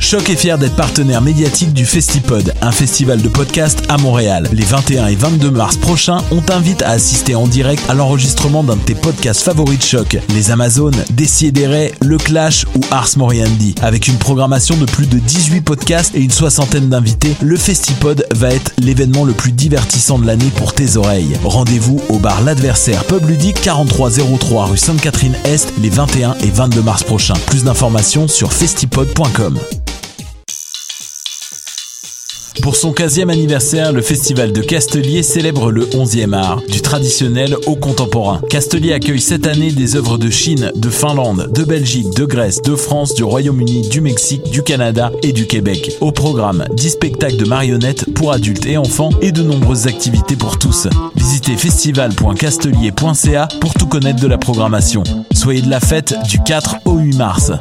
Choc est fier d'être partenaire médiatique du Festipod, un festival de podcasts à Montréal. Les 21 et 22 mars prochains, on t'invite à assister en direct à l'enregistrement d'un de tes podcasts favoris de Choc, les Amazones, Décideret, Le Clash ou Ars Moriendi. Avec une programmation de plus de 18 podcasts et une soixantaine d'invités, le Festipod va être l'événement le plus divertissant de l'année pour tes oreilles. Rendez-vous au bar L'Adversaire, pub ludique 4303 rue Sainte-Catherine-Est les 21 et 22 mars prochains. Plus d'informations sur festipod.com. Pour son 15e anniversaire, le festival de Castelier célèbre le 11e art, du traditionnel au contemporain. Castelier accueille cette année des œuvres de Chine, de Finlande, de Belgique, de Grèce, de France, du Royaume-Uni, du Mexique, du Canada et du Québec. Au programme, 10 spectacles de marionnettes pour adultes et enfants et de nombreuses activités pour tous. Visitez festival.castelier.ca pour tout connaître de la programmation. Soyez de la fête du 4 au 8 mars.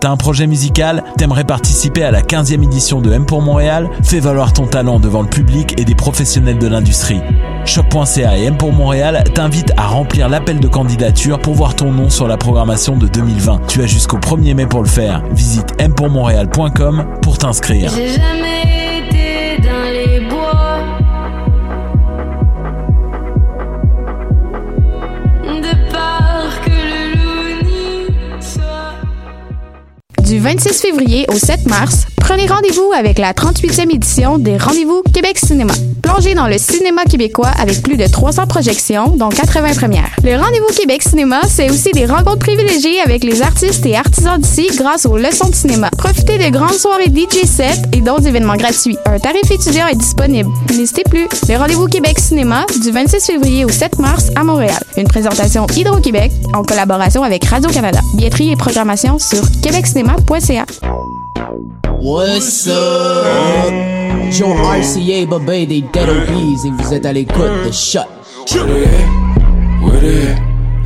T'as un projet musical T'aimerais participer à la 15e édition de M pour Montréal Fais valoir ton talent devant le public et des professionnels de l'industrie. Shop.ca et M pour Montréal t'invitent à remplir l'appel de candidature pour voir ton nom sur la programmation de 2020. Tu as jusqu'au 1er mai pour le faire. Visite mpourmontréal.com pour t'inscrire. J'ai jamais été dans les bois De peur que le loup n'y soit Du 26 février au 7 mars, prenez rendez-vous avec la 38e édition des Rendez-vous Québec Cinéma. Plongez dans le cinéma québécois avec plus de 300 projections, dont 80 premières. Le Rendez-vous Québec Cinéma, c'est aussi des rencontres privilégiées avec les artistes et artisans d'ici grâce aux leçons de cinéma. Profitez de grandes soirées DJ set et d'autres événements gratuits. Un tarif étudiant est disponible. N'hésitez plus. Le Rendez-vous Québec Cinéma, du 26 février au 7 mars à Montréal. Une présentation Hydro-Québec en collaboration avec Radio-Canada. Billetterie et programmation sur québeccinéma.ca. What's up? Joe RCA, Babé, des Dead OBs, et vous êtes à l'écoute de Shut. What it at? What it at?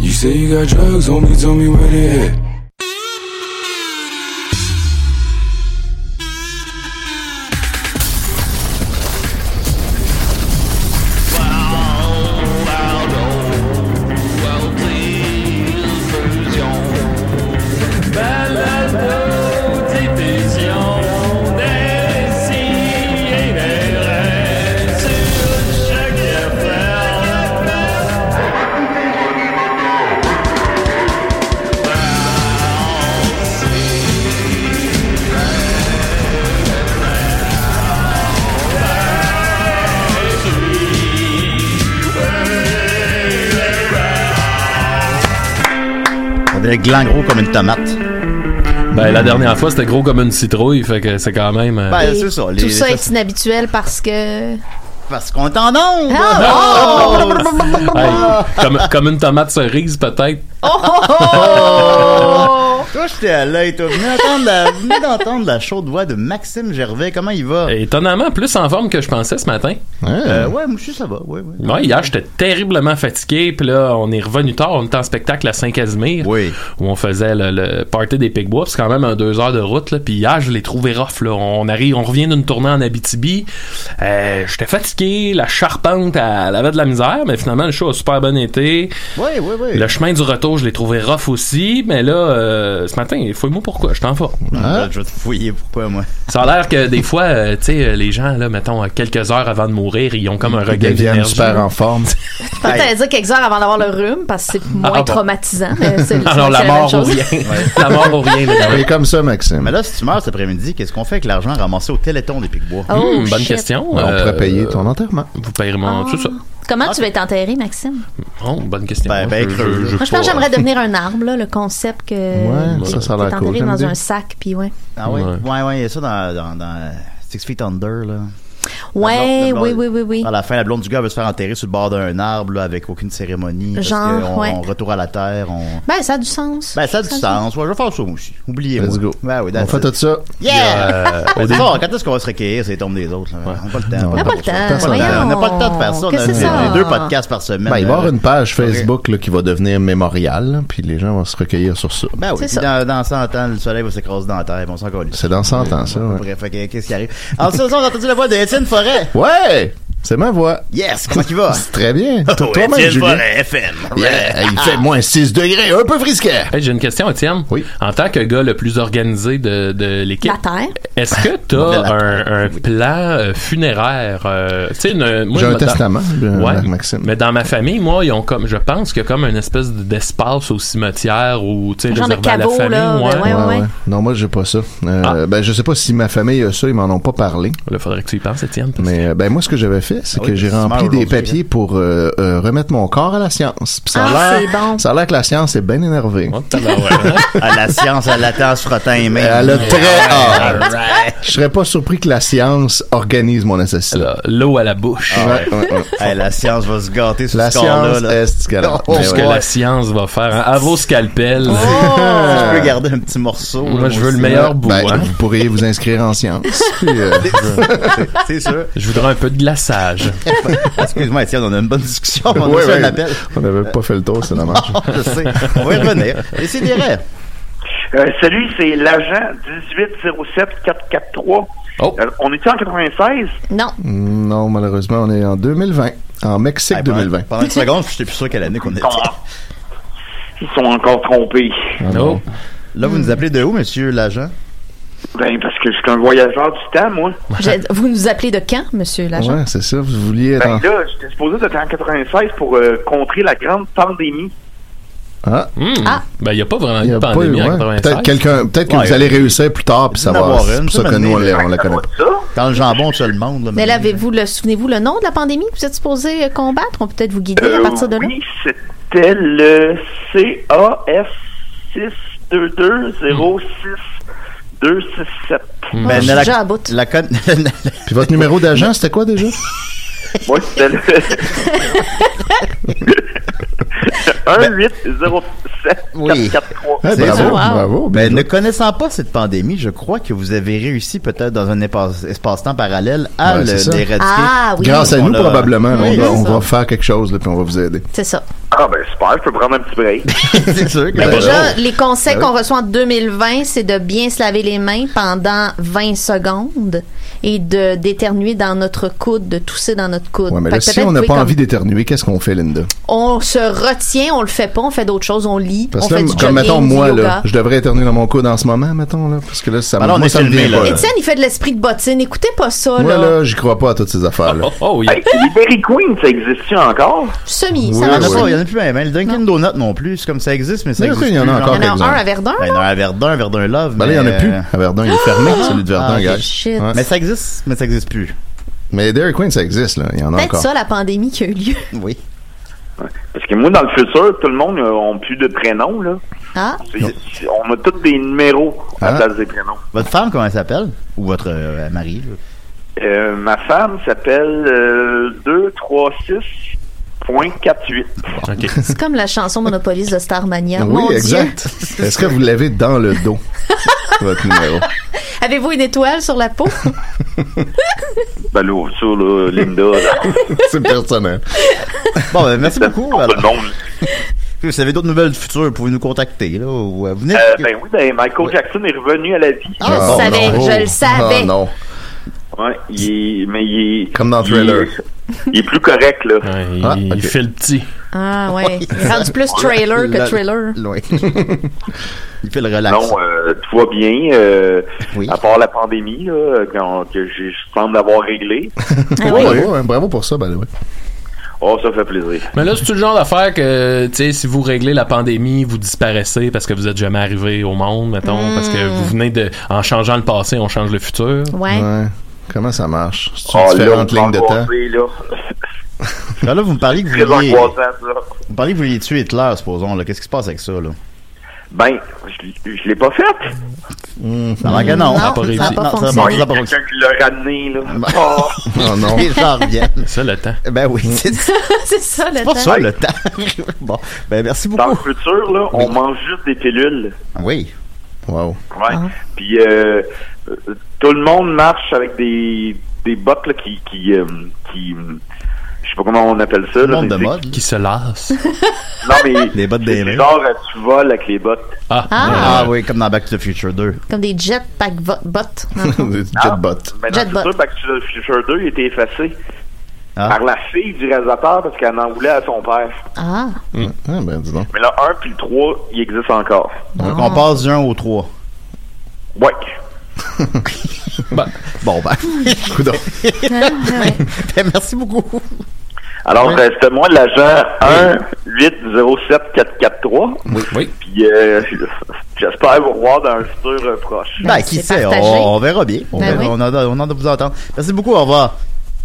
You say you got drugs, homie, tell me what it at. On dirait gland gros comme une tomate. Ben, la dernière fois, c'était gros comme une citrouille, fait que c'est quand même. euh, Ben, Et c'est ça. les- Tout ça ça, est inhabituel parce que. Parce qu'on est en onde. Ah, oh! hey, Ah! comme, comme une tomate cerise, peut-être. Oh! Toi, j'étais à l'œil, toi. Venez entendre la- venez d'entendre la, chaude voix de Maxime Gervais. Comment il va? Étonnamment, plus en forme que je pensais ce matin. Euh, ouais, moi, je suis ça va. Ouais, ouais. Ouais, hier, j'étais terriblement fatigué, puis là, on est revenu tard. On était en spectacle à Saint-Casimir, Oui. où on faisait le, le party des Pigbois. C'est quand même un deux heures de route, là. Puis hier, je l'ai trouvé rough, là. On arrive, on revient d'une tournée en Abitibi. Euh, j'étais fatigué, la charpente, elle avait de la misère, mais finalement, le show a super bon été. Ouais, ouais, ouais. Le chemin du retour, je l'ai trouvé rough aussi, mais là, euh, ce matin, fouille-moi pourquoi, je t'en forme. Hein? Ah, Je vais te fouiller pourquoi, moi. Ça a l'air que des fois, euh, tu sais, euh, les gens, là, mettons, euh, quelques heures avant de mourir, ils ont comme un regain deviennent d'énergie. super en forme. Peut-être t'allais dire quelques heures avant d'avoir le rhume parce que c'est moins Ah, bon. traumatisant. mais c'est- c'est- Alors, la c'est même mort ou chose. rien. la mort ou rien, les gars. Et comme ça, Maxime. Mais là, si tu meurs cet après-midi, qu'est-ce qu'on fait avec l'argent ramassé au Téléthon des Picbois? Oh, Hmm, bonne shit. Ah. question. On euh, pourrait payer ton enterrement. Vous payerez mon. tout ça. Comment Ah. tu vas être enterré, Maxime? Oh, bonne question. Ben, ben, Je- creux, je- là. je- Moi, je pense que j'aimerais devenir un arbre, là, le concept que Ouais, ça, ça a t'es l'air cool, enterré j'aime dans bien. un sac, puis ouais. Ah ouais? Ouais. Ouais, ouais, il y a ça dans, dans, dans Six Feet Under, là. Ouais, blonde- oui, oui, oui, oui. À la fin, la blonde du gars veut se faire enterrer sur le bord d'un arbre, là, avec aucune cérémonie. Genre, parce que on, ouais. on retourne à la terre, on... Ben, ça a du sens. Ben, ça a du sens. Ouais, je vais faire ça, moi aussi. Oubliez-moi. Let's go. Ben oui, On that's fait it. tout ça. euh, Yeah! Ben, c'est ça, quand est-ce qu'on va se recueillir sur les tombes des autres? là? On n'a pas le temps. Non, On n'a pas le pour ça. temps. Personne On n'a- voyons. n'a pas le temps de faire ça. On Qu'est-ce a que c'est ça? les deux podcasts par semaine. Ben, il va y avoir Euh, une page Facebook là, qui va devenir mémorial, là, puis les gens vont se recueillir sur ça. Ben oui, C'est puis dans, dans 100 ans, le soleil va s'écraser dans la terre, puis on s'en colle. C'est dans 100 ans, ça. Ouais! Bref, fait que qu'est-ce qui arrive? Alors, ça, ça, on a entendu la voix de Étienne Forêt. ouais. C'est ma voix. Yes, comment il va? C'est très bien. Toi-même, Étienne Julien. Forêt, FM. Yeah, il fait moins 6 degrés, un peu frisquet. Hey, J'ai une question, Étienne. Oui. En tant que gars le plus organisé de, de l'équipe, La terre. est-ce que Bordel, t'as la un, un plan euh, funéraire? euh, tu sais, une- moi, J'ai je un me- testament, euh, Ouais. Maxime. Mais dans ma famille, moi, ils ont comme, je pense qu'il y a comme une espèce d'espace au cimetière ou tu sais, Genre de réservé à la caveau, famille. là, ben ouais. Non, moi, j'ai pas ça. Euh, Ah. Ben, je sais pas si ma famille a ça, ils m'en ont pas parlé. Là, faudrait que tu y penses, Étienne. parce Mais euh, ben moi, ce que j'avais fait, c'est Ah que oui, j'ai c'est rempli smart des aujourd'hui, papiers pour euh, euh, remettre mon corps à la science. Puis ça a Ah, l'air- c'est bon. ça a l'air que la science est bien énervée. que- Oh, tabarouette, hein? À la science, à la tasse, frottant et main. Elle a très hâte. Alright. Je serais pas surpris que la science organise mon assassinat. Là, L'eau à la bouche. Ouais, ouais, ouais. Hey, la science va se gâter sur La ce corps-là. science Là. est qu'elle a. Oh, Mais C'est ce ouais. que la science va faire. hein. À vos scalpels. Oh. Tu peux garder un petit morceau. Moi, là, je veux le aussi. meilleur bout. Ben, hein. Vous pourriez vous inscrire en sciences. Puis, euh, C'est sûr. Je voudrais un peu de glaçage. Excuse-moi, Étienne, on a une bonne discussion. On ouais, a fait un ouais. appel. Ah, On n'avait pas fait le tour, c'est dommage. Je sais. On va y revenir. Et c'est des rêves. Euh, salut, c'est l'agent 1807443. Oh. Euh, on était en 96. Non. non, malheureusement, on est en 2020. En Mexique Hey, pendant, 2020. pendant une seconde, j'étais plus sûr quelle année qu'on était. Ils sont encore trompés. Ah Oh. non. Là, vous nous appelez de où, monsieur l'agent? Ah, Ben, parce que je suis un voyageur du temps, moi. Je- vous nous appelez de quand, monsieur l'agent? Ouais, c'est ça. Vous vouliez être en... Ben là, j'étais supposé d'être en 96 pour euh, contrer la grande pandémie. Ah, Hmm. Ah. Ben, il n'y a pas vraiment il y eu a de pas eu, pandémie en ouais. 96. Peut-être quelqu'un, peut-être que Ouais, vous allez réussir plus tard, puis il y en ça a va. avoir C'est une, pour ça ça que m'a nous, on, donné- la- on la connaît pas. Ça? Quand le jambon, tu le monde. Là, Mais là, avez-vous le, souvenez-vous le nom de la pandémie que vous êtes supposé euh, combattre? On peut peut-être vous guider Euh, à partir de là. oui, c'était le CAF Hmm. 622062267. Ben, Ah, je suis la- déjà à bout. la con- Puis votre numéro d'agent, c'était quoi déjà? Moi, c'était le... 1807443. Oui. Ah, C'est bravo, sûr. bravo. bien Ben, ne joué. connaissant pas cette pandémie, je crois que vous avez réussi peut-être dans un épa- espace-temps parallèle à Ouais, le c'est ça. déradiquer. Ah oui, Grâce à On nous, l'a- probablement. Oui, on va, c'est on ça. va faire quelque chose, là, puis on va vous aider. c'est ça. Ah, ben, super, je peux prendre un petit break. C'est sûr que Ben, ben, Déjà, les conseils Ben oui. qu'on reçoit en 2020, c'est de bien se laver les mains pendant 20 secondes et de d'éternuer dans notre coude, de tousser dans notre coude. Ouais, Fait mais là, que si peut-être on n'a vous pas pouvez envie d'éternuer, qu'est-ce qu'on fait, Linda? comme- On se retient, on le fait pas, on fait d'autres choses, on lit, Parce on que fait là, du comme jogging, mettons, du moi, yoga. là, je devrais éternuer dans mon coude en ce moment, mettons, là, parce que là, ça, me- Ben là, on moi, est ça me filmé, vient là. pas. là. Étienne, il fait de l'esprit de bottine. Écoutez pas ça, euh, Moi, Oh, là. là, j'y crois pas à toutes ces affaires-là. Oh, oh, il y a- Hey, les Berry Queen, ça existe-tu encore? Semi, Oui, ça Il y en a marche. oui. pas, il y en a plus même. Le Dunkin' Donut non plus, c'est comme ça existe, mais ça Oui, oui, existe. il y en a plus, encore genre. Il y en a un exemple. à Verdun. Ben, il y en a un à Verdun, un Verdun Love. Ben là, il y en a mais- euh, plus. À Verdun, il est fermé, celui de Verdun, Ah, gars. shit. Ouais. Mais ça existe, mais ça existe plus. Mais Dairy Queen, ça existe, là. Il y en a Peut-être encore. ça, la pandémie qui a eu lieu. Oui. Parce que moi, dans le futur, tout le monde n'a plus de prénoms, là. Ah, C'est- c'est- On a tous des numéros à Ah. la place des prénoms. Votre femme, comment elle s'appelle? Ou votre euh, mari? là? Euh, ma femme s'appelle euh, 236.48. ok. c'est comme la chanson Monopolis de Starmania. Ah, Oui, Mon Dieu. exact. Est-ce que vous l'avez dans le dos, votre numéro? Avez-vous une étoile sur la peau? Ben là, ça, là, Linda, là, C'est personnel. Bon, ben, merci beaucoup. pour tout alors. le monde. Si vous avez d'autres nouvelles du futur, pouvez nous contacter. Là, ou, euh, vous venez- Euh, ben oui, ben Michael Jackson est revenu à la vie. Ah, Je Ah, Oh, le savais, non. je le savais. Ah, non. Ouais, il est, mais il est... Comme dans il est- Thriller. Il est plus correct, là. Ouais, il, Ah, ok. il fait le petit. Ah, ouais. Rendu plus trailer que La- thriller. Loin. Il fait le relax. Non, euh, tout va bien, euh, Oui. à part la pandémie, là, quand- que j'ai- je semble avoir réglé. Ah Ouais, oui. bravo, hein, bravo pour ça, ben oui. Oh, ça fait plaisir. Mais là, c'est tout le genre d'affaire que, tu sais, si vous réglez la pandémie, vous disparaissez parce que vous êtes jamais arrivé au monde, mettons, parce que vous Hmm. venez de, en changeant le passé, on change le futur. Ouais. Ouais. Comment ça marche? C'est Ah, différentes là, lignes de temps. angoissé, là. Alors Ah, là, vous me parlez que vous Très vouliez, angoissant, ça. vous parliez que vous vouliez tuer Hitler, supposons. là. Qu'est-ce qui se passe avec ça? Là? Ben, je, je l'ai pas fait. Hmm. Ça manque à Hmm. Ah, non. Non, pas réussi. ça n'a pas Non, ça Bon, fonctionné. il y a quelqu'un qui l'a ramené, là. Ben, Oh. Oh non. Les gens reviennent. C'est ça le temps. Ben oui, c'est c'est C'est ça, le pour temps. ça le temps. bon, ben merci Dans le beaucoup. Ah futur, là, on mange juste des pilules. Oui. Wow. Ouais. Puis euh, euh, tout le monde marche avec des, des bottes là, qui qui euh, qui euh, je sais pas comment on appelle ça Le là. monde de mais mode. Qui se lasse. c'est- Non mais Les bottes c'est d'airain. genre euh, tu voles avec les bottes. Ah, Ah euh, oui, comme dans Back to the Future 2. Comme des jetpack vo- bots. Jetbot. Mais Jetbot. Ben, dans le futur, Back to the Future 2 il était effacé. par la fille du réalisateur parce qu'elle en voulait à son père. Ah. Ah, ben, dis donc. Mais le 1 puis le 3, il existe encore. Donc, on passe du 1 au 3. Ouais. Bon, ben. Coudon. Ben, merci beaucoup. Alors, euh, c'était moi l'agent 1 8 07 443. Oui, oui. Puis euh, j'espère vous revoir dans un futur euh, proche. Ben, qui sait, on, on verra bien. On, Ben verra- oui. on, en a, on en a vous entendre. Merci beaucoup, au revoir.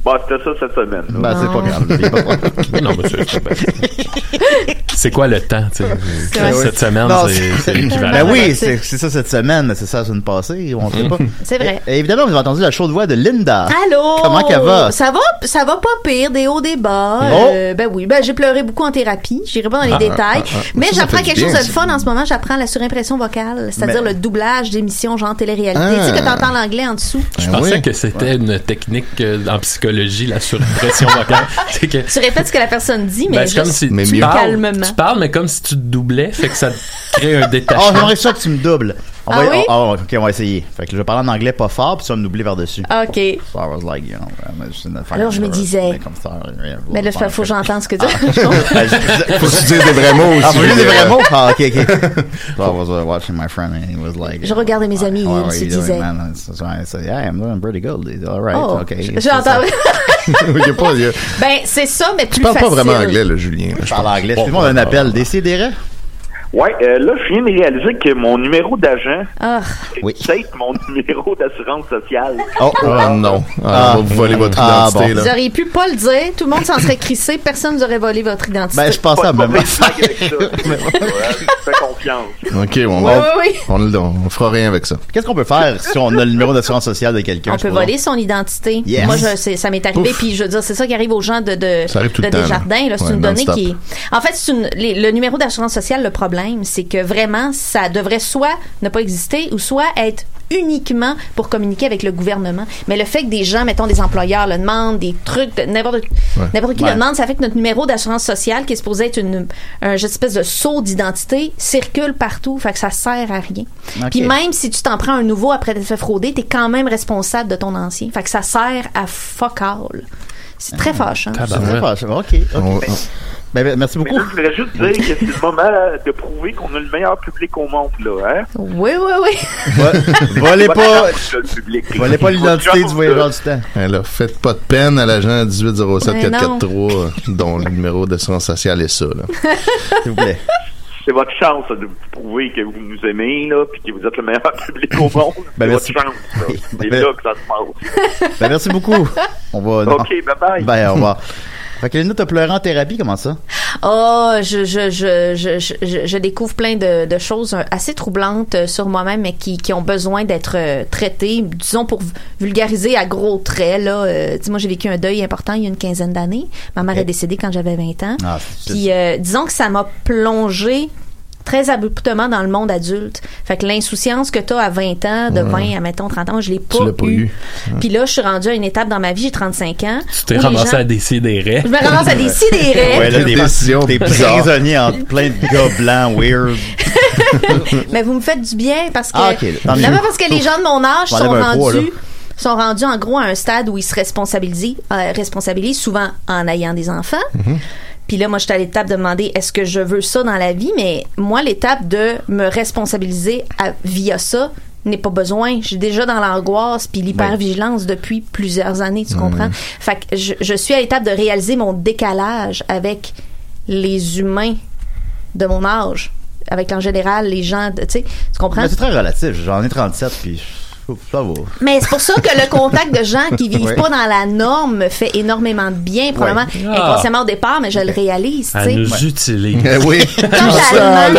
Bon, Bah, c'était ça cette semaine. Ben, c'est pas grave. là, y a pas de problème. Non, mais c'est- c'est C'est quoi le temps, tu sais? Ben oui. Cette semaine, Non, c'est c'est l'équivalent. Ben oui, c'est c'est ça cette semaine, c'est ça la semaine passée, on sait pas. C'est vrai. Ah, Et- et évidemment, vous avez entendu la chaude voix de Linda. Ah. Allô? Comment qu'elle va? Ça va, ça va pas pire, des hauts, des bas. Non. Euh, ben oui, ben j'ai pleuré beaucoup en thérapie, j'irai pas dans les Ah, détails. ah, ah. Mais Ça, ça j'apprends fait du quelque chose bien, de fun en ce moment, j'apprends la surimpression vocale, c'est-à-dire Mais- le doublage d'émissions genre télé-réalité. Ah. Tu sais que t'entends l'anglais en dessous. Je Ben pensais oui. que c'était une technique euh, en psychologie, la surpression vocale. C'est que- Tu répètes ce que la personne dit, mais ben, c'est juste comme si mais tu mieux. parles, Calmement. tu parles, mais comme si tu te doublais, fait que ça te crée un Oh, détachement. j'aimerais ça que tu me doubles. On Ah va, oui? on- ah, ok, on va essayer. Fait que je vais parler en anglais pas fort, puis tu vas me doubler par-dessus. OK. So I was like, you know, I'm just gonna Alors, je me fucking- disais- Comme ça, Mais Ben là, faut que j'entende ce que tu Ah. Ben, je disais- Faut que tu dises des vrais mots aussi. Ah, faut juste des euh, vrais mots? Ah, ok, ok. So I was uh, watching my friend and he was like... Je regardais mes amis et How ils are se you doing, disaient- man? So I said, yeah, I'm doing pretty good. They said, All right, Oh, ok. je- j'entends. y a pas- y a- ben, c'est ça, mais plus Tu parles facile. pas vraiment anglais, là, Julien. là, je Je parle pense. anglais. Excuse-moi, on a un appel. Décidérez. Ouais, euh, là, je viens de réaliser que mon numéro d'agent, Ah. c'est Oui. peut-être mon numéro d'assurance sociale. Oh, Ah non, Ah. ah, on va vous voler votre Ah, identité bon. Vous là. auriez pu pas le dire, tout le monde s'en serait crissé, personne ne vous aurait volé votre identité. ben, je pensais Pas à de même problème avec ça. Ouais, je fais confiance. Ok, on, oui, va- oui, oui. on, le- on fera rien avec ça. Qu'est-ce qu'on peut faire si on a le numéro d'assurance sociale de quelqu'un? On je peut suppose? voler son identité. Yes. Moi, je, c'est- ça m'est arrivé, Ouf. puis je veux dire, c'est ça qui arrive aux gens de, de, Ça arrive tout de le temps, Desjardins. là. là. C'est Ouais, une donnée non-stop. qui est- En fait, c'est une, les- le numéro d'assurance sociale, le problème, c'est que vraiment, ça devrait soit ne pas exister ou soit être uniquement pour communiquer avec le gouvernement. Mais le fait que des gens, mettons des employeurs, le demandent, des trucs, de- n'importe n'importe qui Ouais. le demande, ça fait que notre numéro d'assurance sociale, qui est supposé être une, un une espèce de saut d'identité, circule partout, fait que ça sert à rien. Ok. Puis même si tu t'en prends un nouveau après t'être fait frauder, t'es quand même responsable de ton ancien. Fait que ça sert à fuck all. C'est Ah, très fâchant. C'est très Tabarouette. fâcheux. OK. On- ok. Ben, ben, merci Mais là, beaucoup. je voudrais juste dire que c'est le moment de prouver qu'on a le meilleur public au monde, là, hein? Oui, oui, oui. Vo- Volez pas, Le public. volez pas l'identité du voyageur du temps. Alors, faites pas de peine à l'agent 1807443 dont le numéro d'assurance sociale est ça. Là. S'il vous plaît. C'est votre chance là, de vous prouver que vous nous aimez, là, puis que vous êtes le meilleur public au monde. c'est Ben, merci. votre chance, là. Oui, C'est ben- là que ça se passe. Ben, merci beaucoup. On va. non. OK, bye-bye. Ben, au revoir. Fait que Linda, t'as pleuré en thérapie, comment ça? Oh, je, je, je, je, je- je, je découvre plein de, de choses euh, assez troublantes euh, sur moi-même, mais qui, qui ont besoin d'être euh, traitées. Disons, pour vu- vulgariser à gros traits, là, euh, tu sais, moi, j'ai vécu un deuil important il y a une quinzaine d'années. Ma mère Ok. est décédée quand j'avais 20 ans. Ah, c'est- Puis, euh, disons que ça m'a plongé très abruptement dans le monde adulte. Fait que l'insouciance que t'as à 20 ans, de 20 à, mettons, 30 ans, je l'ai pas, l'as pas eu. Puis là, je suis rendue à une étape dans ma vie, j'ai 35 ans. Tu t'es où Ah, les ramassé gens- à décider. Je me ramasse à décider. Ouais, Quelle là, des décision T'es bizarre. prisonnier entre plein de gars blancs, weird. Mais vous me faites du bien parce que Ah, ok, tant mieux. Finalement, parce que les gens de mon âge On sont enlève un poids, rendus sont rendus en gros à un stade où ils se responsabilisent, euh, responsabilisent souvent en ayant des enfants. Mhm. Puis là, moi, j'étais à l'étape de me demander est-ce que je veux ça dans la vie, mais moi, l'étape de me responsabiliser à- via ça n'est pas besoin. J'ai déjà dans l'angoisse puis l'hypervigilance depuis plusieurs années, tu comprends? Fait que je, je suis à l'étape de réaliser mon décalage avec les humains de mon âge, avec en général les gens, de- tu sais, tu comprends? Mais c'est très relatif. J'en ai 37, puis ouf, ça va. Mais c'est pour ça que le contact de gens qui vivent Ouais. pas dans la norme me fait énormément de bien, probablement Ah. inconsciemment au départ, mais je le réalise, tu Elle sais. nous utilise. Eh oui, Totalement.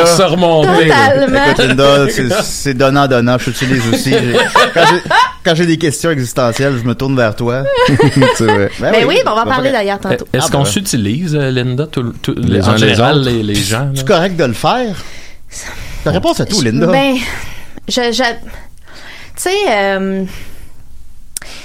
Pour se remonter. Totalement. Écoute, Linda, c'est- c'est donnant-donnant. Je t'utilise aussi. J'ai- Quand j'ai- Quand j'ai des questions existentielles, je me tourne vers toi. c'est vrai. Ben Ben oui, ben on va en parler que- d'ailleurs tantôt. Est-ce Ah, qu'on ben. s'utilise, euh, Linda, tout- tout- Les en uns les général, autres. les, les gens? C'est là? correct de le faire? Ta réponse à tout, Linda. Ben, je, je- tu sais, euh,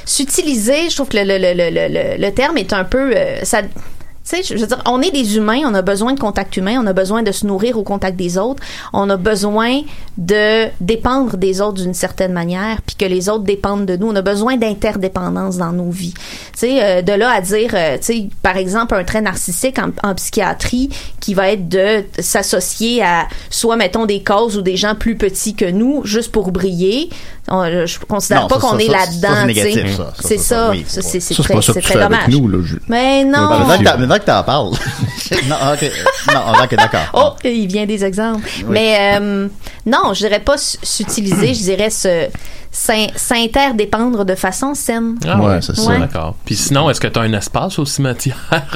s'utiliser, je trouve que le, le- le- le- le- le- le terme est un peu, euh, ça, Tu sais, je veux dire, on est des humains, on a besoin de contact humain, on a besoin de se nourrir au contact des autres, on a besoin de dépendre des autres d'une certaine manière, puis que les autres dépendent de nous. On a besoin d'interdépendance dans nos vies. Tu sais, euh, de là à dire, euh, tu sais, par exemple, un trait narcissique en, en psychiatrie qui va être de s'associer à soit, mettons, des causes ou des gens plus petits que nous, juste pour briller. On, je considère Non, pas ça, qu'on ça, est ça, ça, c'est là-dedans. tu sais. négatif, ça, ça, C'est ça, ça, ça, oui, Ça, c'est c'est Ça, c'est très, pas ça c'est que tu très fais avec dommage. nous, là, je- Mais non. Mais Ben, maintenant que t'en- maintenant que t'en parles. non, ok. Non, ok, d'accord. Oh, il vient des exemples. Mais euh, non, je dirais pas s- s'utiliser, je dirais se s'in- s'interdépendre de façon saine. Ah ouais, c'est ça. Ouais. D'accord. Puis sinon, est-ce que tu as un espace au cimetière?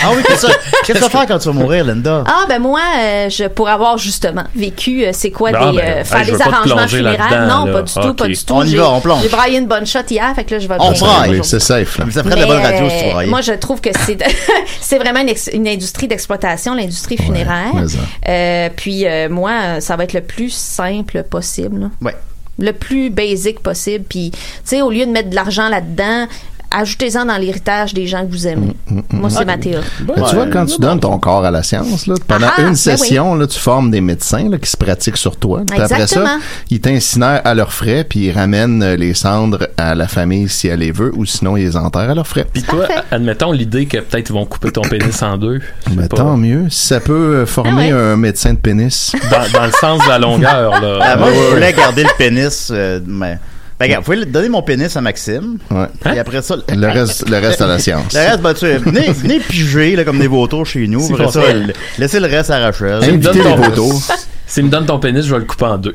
Ah oui, qu'est-ce que qu'est-ce que tu vas faire quand tu vas mourir, Linda? Ah ben moi, euh, je pour avoir justement vécu, euh, c'est quoi Ah, des ben, euh, hey, faire je des veux pas te arrangements plonger funéraires là-dedans, Non, là. pas du tout, pas Ok. du tout. On y J'ai- va, on plonge. J'ai braillé une bonne shot hier, fait que là je vais. On braille. Oui, c'est safe, là. Ça ferait de la bonne Mais, radio euh, si tu braillais. Moi, je trouve que c'est c'est vraiment une, ex- une industrie d'exploitation, l'industrie funéraire. mais ça. Euh, puis euh, moi, euh, ça va être le plus simple possible. là. Ouais. Le plus basic possible. Puis, tu sais, au lieu de mettre de l'argent là-dedans, ajoutez-en dans l'héritage des gens que vous aimez. Moi, c'est Ok. ma théorie. Ben, tu vois, quand tu donnes ton corps à la science, là, pendant Ah, ben une session, là, tu formes des médecins là, qui se pratiquent sur toi. Puis après ça, Exactement. ils t'incinèrent à leurs frais, puis ils ramènent euh, les cendres à la famille si elle les veut, ou sinon ils les enterrent à leurs frais. Puis toi, admettons l'idée que peut-être ils vont couper ton pénis en deux. Mais tant mieux, si ça peut euh, Ah, former un médecin de pénis. Dans, dans le sens de la longueur, là. Ah, moi, Ouais, ouais, je voulais ouais. garder le pénis. euh, mais... Ben, regarde, vous pouvez le- donner mon pénis à Maxime. Ouais. Et après ça. Le reste, le reste à la science. Le reste, ben, tu sais, venez, venez piger là, comme des vautours chez nous. C'est Après pas ça, vrai. le- laissez le reste à Rachel. S'il me donne ton- vautours. Ben, S'il me donne ton pénis, je vais le couper en deux.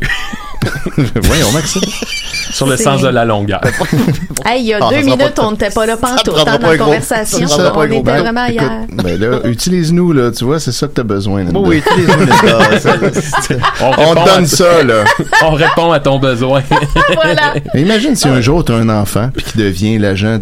Voyons, Maxime. Sur le C'est- sens de la longueur. Hey, il y a Ah, ça deux sera minutes, pas- on n'était pas là pantoute prendra hein, pas dans un la gros- conversation. ça prendra pas On un gros était bain. vraiment Écoute, ailleurs. Ben là, utilise-nous, là, tu vois, c'est ça que t'as besoin. Linda. Oui, utilise-nous, Linda. Ça, On te donne ça, là. On répond à ton besoin. Ah, voilà. Mais imagine si un jour t'as un enfant puis qui devient l'agent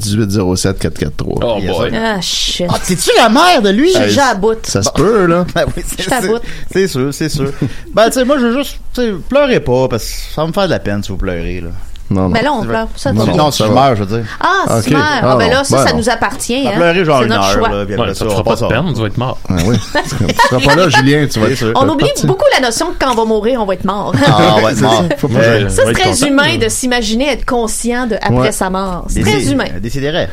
1807443. Oh boy. Ah, shit. C'est-tu la mère de lui? Euh, J'aboute. Ça se peut, là. Ben oui, c'est- Je t'aboute. c'est- C'est sûr, c'est sûr. Ben, tu sais, moi, je veux juste. Tu sais, pleurez pas, parce que ça va me faire de la peine si vous pleurez, là. Non, Mais Ben là, on pleure. Ça, non, c'est- non, si je meurs, je veux dire. Ah, Ok. si meurs. Ah, Ah, ben non. là, ça, Ben ça non. nous appartient. On hein. va pleurer genre C'est une notre heure, choix. là, puis après Ouais, ça, ça te on fera pas passe de à- peine, tu vas être mort. Ah oui. tu seras pas là, Julien, tu vas C'est sûr. On oublie beaucoup la notion que quand on va mourir, on va être mort. Ah, on va être mort. Faut pas Euh, jouer. Ça, va c'est être très content. humain de s'imaginer être conscient de après Ouais. sa mort. C'est décidé- très humain. euh, Décidérez.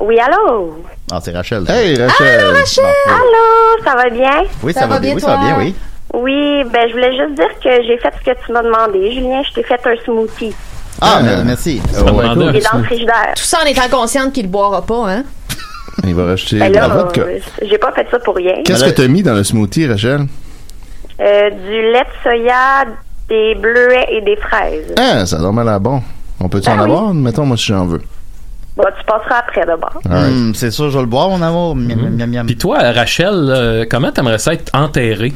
Oui, allô? Ah, c'est Rachel. Hey, Ah, Rachel. Allô, Oh, ça va bien? Oui, ça, va bien. Oui, ça va bien, oui. Oui, ben je voulais juste dire que j'ai fait ce que tu m'as demandé, Julien. Je t'ai fait un smoothie. Ah, mais- merci. Ça va Oh, demander cool. Il est dans le frigidaire. Ah, Tout ça en étant consciente qu'il ne boira pas, hein? Il va racheter Ben de là, la vodka. euh, j'ai pas fait ça pour rien. Qu'est-ce que t'as mis dans le smoothie, Rachel? Euh, du lait de soya, des bleuets et des fraises. Ah, ça donne mal à bon. On peut-tu en Ah oui. avoir? Mettons, moi, si j'en veux. Bon, tu passeras après d'abord. Hum, c'est sûr, je vais le boire, mon amour. Miam, miam, miam, miam. Puis toi, Rachel, euh, comment t'aimerais ça être enterré?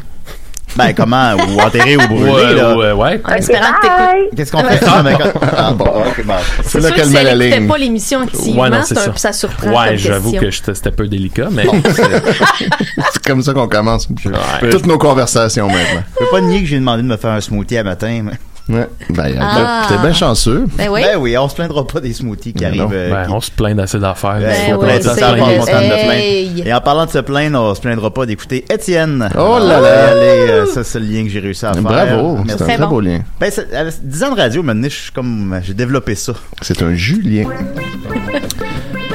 Ben, comment? Ou enterré ou brûlé, Mm-hmm. ouais, là. ouais, ouais. En espérant que Ah, t'écoutes. Bye! Qu'est-ce qu'on fait? Ah, ben, quand- ah, bon, ok, bon. C'est là sûr que qu'elle si met elle la n'écoutait ligne. pas l'émission activement, Ouais, non, c'est c'est un ça. peu- ça surprend Ouais, comme j'avoue question. que j'étais c'était un peu délicat, mais C'est comme ça qu'on commence. Ouais. Toutes nos conversations maintenant. Je peux pas nier que j'ai demandé de me faire un smoothie à matin. mais- Ouais. Ben, Ah. t'es bien chanceux. Ben Eh? oui. Ben oui, on se plaindra pas des smoothies qui Mais non. arrivent. euh, ben, qui- on se plaint d'assez d'affaires. Ben, Ben on oui, plaint- c'est ça, ça vrai. part mon temps de me plaindre. Hey. Et en parlant de se plaindre, on se plaindra pas d'écouter Étienne. Oh là là. Allez, euh, ça c'est le lien que j'ai réussi à faire. Bravo. C'est Merci. un Très très bon. beau lien. Ben, c'est- à 10 ans de radio, maintenant, je suis comme, j'ai développé ça. C'est un Julien.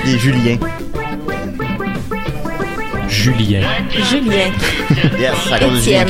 Des Julien. Julien, Julien, Yes, à cause de Julien Étienne.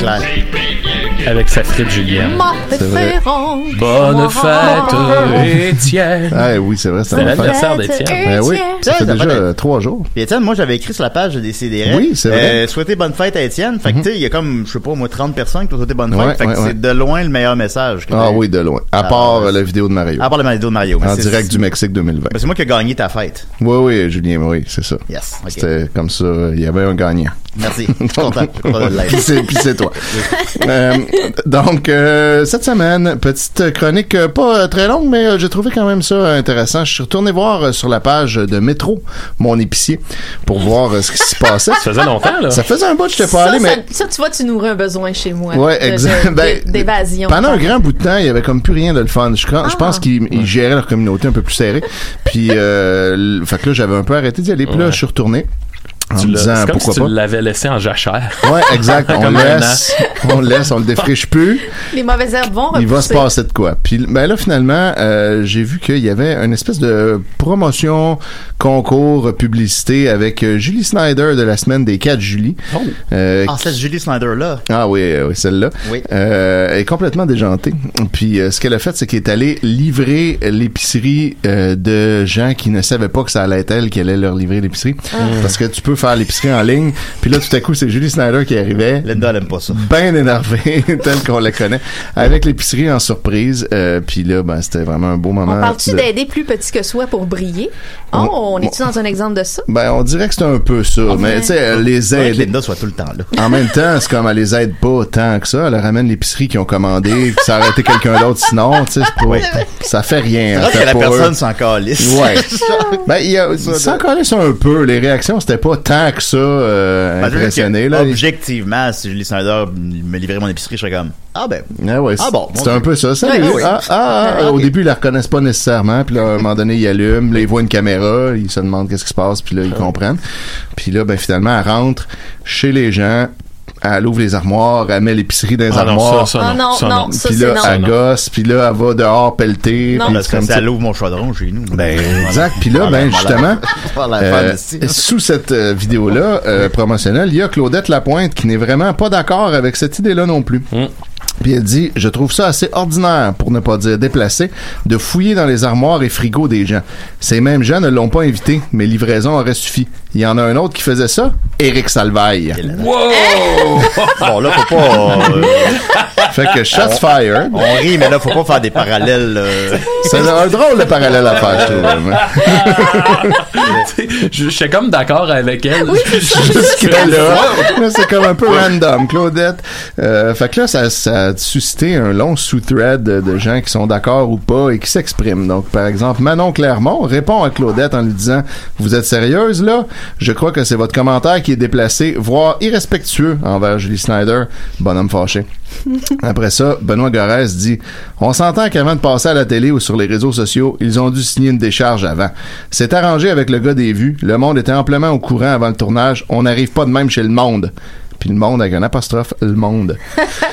Claire. avec sa frite Julien. ma vrai. préférence. Bonne fête, Étienne. Ah oui, c'est vrai, c'est C'est un fan. l'anniversaire d'Étienne. Ben oui, ça fait Ça, ça déjà fait- euh, trois jours. Puis Étienne, moi j'avais écrit sur la page des CDR. Oui, c'est vrai. Mm-hmm. souhaiter bonne fête à Euh, Étienne. Fait que tu sais, il y a comme, je sais pas, moi 30 personnes qui ont souhaité bonne fête. Ouais, fait que ouais, ouais. c'est de loin le meilleur message. que Ah j'ai eu. oui, de loin. À Ah, part ouais. euh, la vidéo de Mario. À part le Malédo de Mario. mais En c'est- direct du Mexique 2020. Ben, c'est moi qui ai gagné ta fête. Oui, oui, Julien, oui, c'est ça. Yes. ok. C'était comme ça, il y avait un gagnant. Merci. Je suis content. Je suis content de l'être. puis c'est puis c'est toi. Euh, donc, euh, cette semaine, petite chronique euh, pas euh, très longue, mais euh, j'ai trouvé quand même ça euh, intéressant. Je suis retourné voir euh, sur la page de Métro, mon épicier, pour voir euh, ce qui se passait. Ah, Ça faisait longtemps, là. Ça faisait un bout que je t'ai pas Ça, allé, mais... ça- ça, tu vois, tu nourris un besoin chez moi. Ouais, de- de- exact. de- Ben, D'évasion. Ah. Pendant un grand bout de temps, il y avait comme plus rien de le fun. Je, cra- je pense qu'ils ils géraient leur communauté un peu plus serrée. Puis, euh, l- fait que là, j'avais un peu arrêté d'y aller. Puis là, je suis retourné. tu en l'as- disant c'est comme pourquoi si pas. tu l'avais laissé en jachère. Ouais, exact. on Comme un laisse, an. on laisse, on le défriche plus. Les mauvaises herbes vont Il va se repousser. passer de quoi. Puis ben là, finalement, euh, j'ai vu qu'il y avait une espèce de promotion, concours, publicité avec euh, Julie Snyder de la semaine des 4 juillet. Euh, Ah, cette Julie Snyder-là. ah oui, euh, oui celle-là. Oui. Euh, elle est complètement déjantée. Puis euh, ce qu'elle a fait, c'est qu'elle est allée livrer l'épicerie euh, de gens qui ne savaient pas que ça allait être elle qui allait leur livrer l'épicerie. Ah. Parce que tu peux faire l'épicerie en ligne. Puis là, tout à coup, c'est Julie Snyder qui arrivait. Linda, elle aime pas ça. Ben énervée, telle qu'on la connaît. Avec l'épicerie en surprise. Euh, puis là, ben, c'était vraiment un beau moment. On parle-tu de- d'aider plus petit que soi pour briller? Oh, On- on est-tu dans un exemple de ça? Ben, on dirait que c'est un peu ça. mais, tu sais, elle les Faudrait aider. que Linda soit tout le temps là. En même temps, c'est comme elle les aide pas tant que ça. Elle leur ramène l'épicerie qu'ils ont commandée, puis ça aurait été quelqu'un d'autre sinon, tu sais, c'est pas- ça fait rien. C'est hein, vrai que la pour personne eux. s'en calisse. Ouais. ben, il y a, ça encore là, c'est un peu. Les réactions, c'était pas tant que ça euh, Ben, je veux dire que, impressionné, là. Objectivement, si Julie Snyder me livrait mon épicerie, je serais comme Ah ben. Ah ouais, Ah bon, c'est mon un Dieu. peu ça. Salut. Ouais, ouais. Ah, ah, ah, Ah, Au ok. début, ils la reconnaissent pas nécessairement. Puis là, à un moment donné, ils allument, là, ils voient une caméra, ils se demandent qu'est-ce qui se passe, puis là, Ah. ils comprennent. Puis là, ben, finalement, elle rentre chez les gens, elle ouvre les armoires, elle met l'épicerie dans les Ah non, armoires. ça, ça, non, Ah non, ça, non. non, ça, Puis c'est là, non. elle Ça, non. gosse, puis là, elle va dehors pelleter. Non, puis parce c'est que comme ça ça. l'ouvre mon chaudron chez nous. Ben, Voilà. Ah, exact. Puis là, Voilà, ben, voilà. justement, Voilà, euh, fan de style. sous cette euh, vidéo-là euh, promotionnelle, il y a Claudette Lapointe qui n'est vraiment pas d'accord avec cette idée-là non plus. Puis elle dit, je trouve ça assez ordinaire, pour ne pas dire déplacé, de fouiller dans les armoires et frigos des gens. Ces mêmes gens ne l'ont pas invité, mais livraison aurait suffi. Il y en a un autre qui faisait ça, Éric Salvaille. Hein? Wow! bon, là, faut oh, pas. euh, fait que shots On- fired. On rit, mais là, faut pas faire des parallèles. C'est un drôle de parallèle à faire, je trouve. hein. Tu sais, je suis comme d'accord avec Ah elle. Jusque là, Là, c'est comme un peu random, Claudette. Euh, fait que là, ça, ça a suscité un long sous-thread de, de gens qui sont d'accord ou pas et qui s'expriment. Donc, par exemple, Manon Clermont répond à Claudette en lui disant « Vous êtes sérieuse, là? Je crois que c'est votre commentaire qui est déplacé, voire irrespectueux envers Julie Snyder. Bonhomme fâché. » Après ça, Benoît Gorès dit On s'entend qu'avant de passer à la télé ou sur les réseaux sociaux, ils ont dû signer une décharge avant. C'est arrangé avec le gars des vues. Le monde était amplement au courant avant le tournage. On n'arrive pas de même chez le monde. Puis le monde avec un apostrophe, le monde.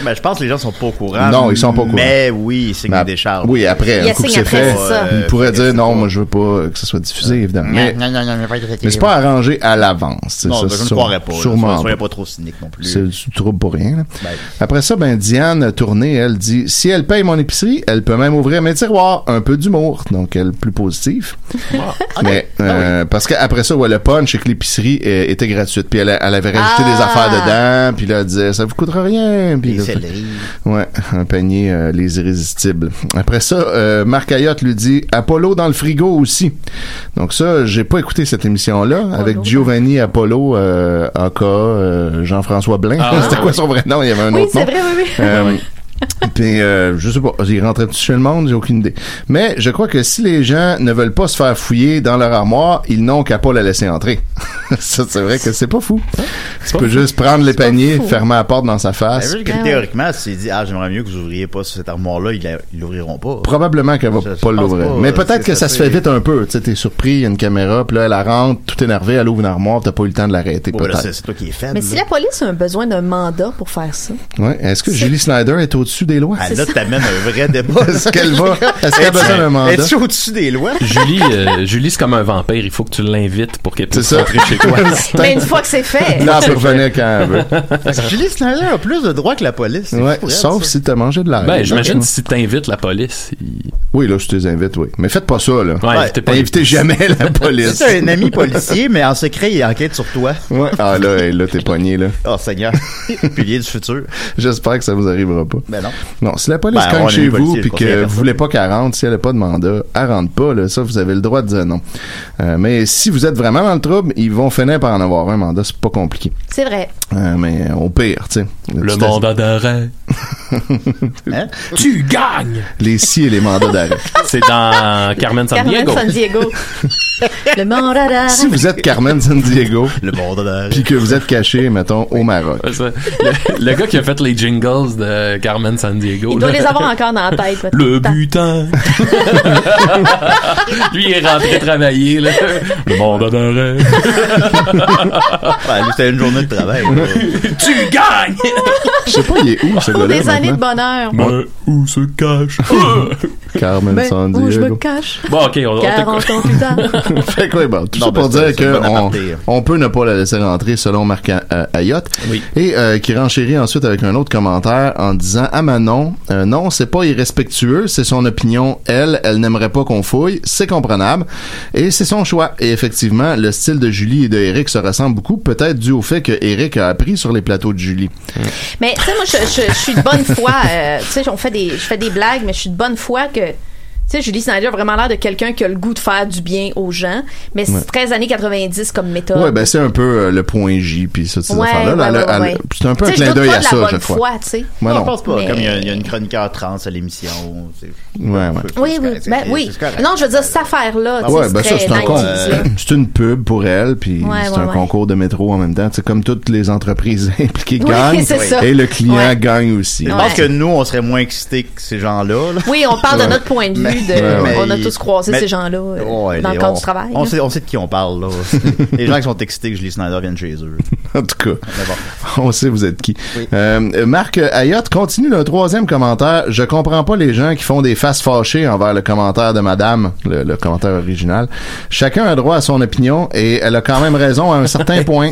Ben, je pense que les gens sont pas au courant. Non, ils sont pas au courant. Mais oui, c'est Mais- une décharge. Oui, après, Il un coup que signe c'est après, fait, c'est ça. il pourrait dire non, moi je veux pas que ça soit diffusé, évidemment. Mais, Non, non, non, non, mais c'est pas arrangé à l'avance. Non, ça, ben, je ne sûre- croirais pas. là. Sûrement. Soyez pas trop cynique non plus. C'est du trouble pour rien. là. Ben. Après ça, ben Diane Tourné, elle dit si elle paye mon épicerie, elle peut même ouvrir mes tiroirs, un peu d'humour, donc elle est plus positive. Ah. Mais euh, parce qu'après ça, ouais, le punch, c'est que l'épicerie euh, était gratuite, puis elle, a- elle avait rajouté des affaires dedans, puis là elle disait ça vous coûtera rien, puis Ah. Des là, céleris. ouais, un panier euh, les irrésistibles. Après ça, euh, Marc Ayotte lui dit Apollo dans le frigo aussi. Donc ça, j'ai pas écouté cette émission là hein? avec Giovanni Apollo, euh, aka euh, Jean-François Blin. Ah. C'était quoi son vrai nom Il y avait Ah! un Oui, autre c'est nom. vrai, oui, oui. Euh, Puis, euh, je sais pas, il rentrait tout chez le monde, j'ai aucune idée. Mais je crois que si les gens ne veulent pas se faire fouiller dans leur armoire, ils n'ont qu'à pas la laisser entrer. ça, c'est vrai que c'est pas fou. Tu peux juste prendre les paniers, fou. fermer la porte dans sa Ben, face. je veux dire que théoriquement, s'il dit Ah, j'aimerais mieux que vous ouvriez pas cette armoire-là, ils la- ils l'ouvriront pas. Probablement qu'elle va Je- je pas pense l'ouvrir. pas, Mais euh, peut-être c'est que ça se fait assez- vite un peu. Tu sais, t'es surpris, il y a une caméra, puis là, elle la rentre, tout énervé, elle ouvre une armoire, t'as pas eu le temps de l'arrêter, Bon, ben là, peut-être. c'est c'est toi qui es faible. Mais si la police a un besoin d'un mandat pour faire ça, Ouais. Est-ce que Julie Snyder est au-dessus des lois? Ah, là, t'amènes un vrai débat. Est-ce qu'elle va- est-ce qu'elle a besoin d'un mandat? Es-tu au-dessus des lois? Julie, euh, Julie c'est comme un vampire. Il faut que tu l'invites pour qu'elle puisse ça. rentrer chez toi. Ah, mais une fois que c'est fait, Là, elle peut revenir quand elle veut. Fait que Julie Snyder a plus de droits que la police. c'est Ouais, fou, elle, sauf ça. si t'as mangé de la Ben, reine. j'imagine Ouais. si t'invites la police. il- Oui, là, je te les invite, oui. Mais faites pas ça, là. Ouais, invitez pas les Invitez policiers. jamais la police. Si t'as un ami policier, mais en secret, il enquête sur toi. Ouais. Ah, là, hey, là, t'es pogné, là. Oh, Seigneur. Pilier du futur. J'espère que ça vous arrivera pas. Ben non. Non, si la police Ben, on cogne est chez les vous policiers, puis je conseille à que vous personne. voulez pas qu'elle rentre, si elle n'a pas de mandat, elle rentre pas, là, ça, vous avez le droit de dire non. Euh, mais si vous êtes vraiment dans le trouble, ils vont finir par en avoir un mandat, c'est pas compliqué. c'est vrai. Euh, mais au pire, tu sais. Le Tu t'as- mandat d'arrêt. tu gagnes! Hein? Les si et les mandats d'arrêt. C'est dans Carmen San Carmen Diego. San Diego. Le Morada. Si vous êtes Carmen San Diego, le puis que vous êtes caché, mettons, au Maroc. Ouais, ça. Le, le gars qui a fait les jingles de Carmen San Diego. Il doit là. les avoir encore dans la tête. Le butin. Lui, il est rentré travailler, là. Le monde a un rêve. c'était une journée de travail. tu gagnes! Je sais pas, il est où ce Pour gars-là des années de maintenant? bonheur. Mais où se cache Carmen Mais San Ben, où je me Diego? cache. Bon, ok, on, on 40 ans plus tard. fait que, ouais, bon, tout Non, ça pour ben, c'est- dire c'est une bonne qu'on aparté. hein. on peut ne pas la laisser rentrer selon Marc A- euh, Ayotte. Et euh, qui renchérit ensuite avec un autre commentaire en disant à Manon, euh, non, c'est pas irrespectueux, c'est son opinion. Elle, elle n'aimerait pas qu'on fouille, c'est comprenable. Et c'est son choix. Et effectivement, le style de Julie et de Eric se ressemble beaucoup, peut-être dû au fait que Eric a appris sur les plateaux de Julie. Mais tu sais, moi, je, je- je suis de bonne foi. euh, tu sais, on fait des, je fais des blagues, mais je suis de bonne foi que. Tu sais, Julie Snyder a vraiment l'air de quelqu'un qui a le goût de faire du bien aux gens, mais c'est Ouais. très années 90 comme méthode. Ouais, ben c'est un peu euh, le point J puis ça, ces Ouais, affaires-là. là, ouais, elle- ouais, elle- ouais. C'est un peu un Tu sais, je clin doute d'œil pas à de la ça, bonne je crois. foi, tu sais. Moi non, non. je pense pas. Mais- Comme il y, a- il y a une chroniqueur trans à l'émission. c'est- Ouais, ouais. Oui, oui. c'est- Ben c'est- oui. c'est correct. Non, je veux dire, cette affaire-là. tu sais, ouais, ben ça, très c'est un 90s, con- là. C'est une pub pour elle, puis Ouais, c'est ouais, un ouais. concours de métro en même temps. C'est comme toutes les entreprises impliquées Oui, gagnent, c'est ça. et le client Ouais. gagne aussi. Je pense que nous, on serait moins excités que ces gens-là. là. Oui, on parle Ouais. de notre point de vue. Mais- de- mais- on a tous croisé mais- ces gens-là euh, Ouais, dans les- le cadre on- du travail. On là. sait, on sait de qui on parle, là. les gens qui sont excités que Julie Snyder vienne chez eux. En tout cas, Mais bon. on sait vous êtes qui. Euh, Marc Ayotte continue le troisième commentaire. Je comprends pas les gens qui font des faces fâchées envers le commentaire de madame, le, le commentaire original. Chacun a droit à son opinion et elle a quand même raison à un certain point.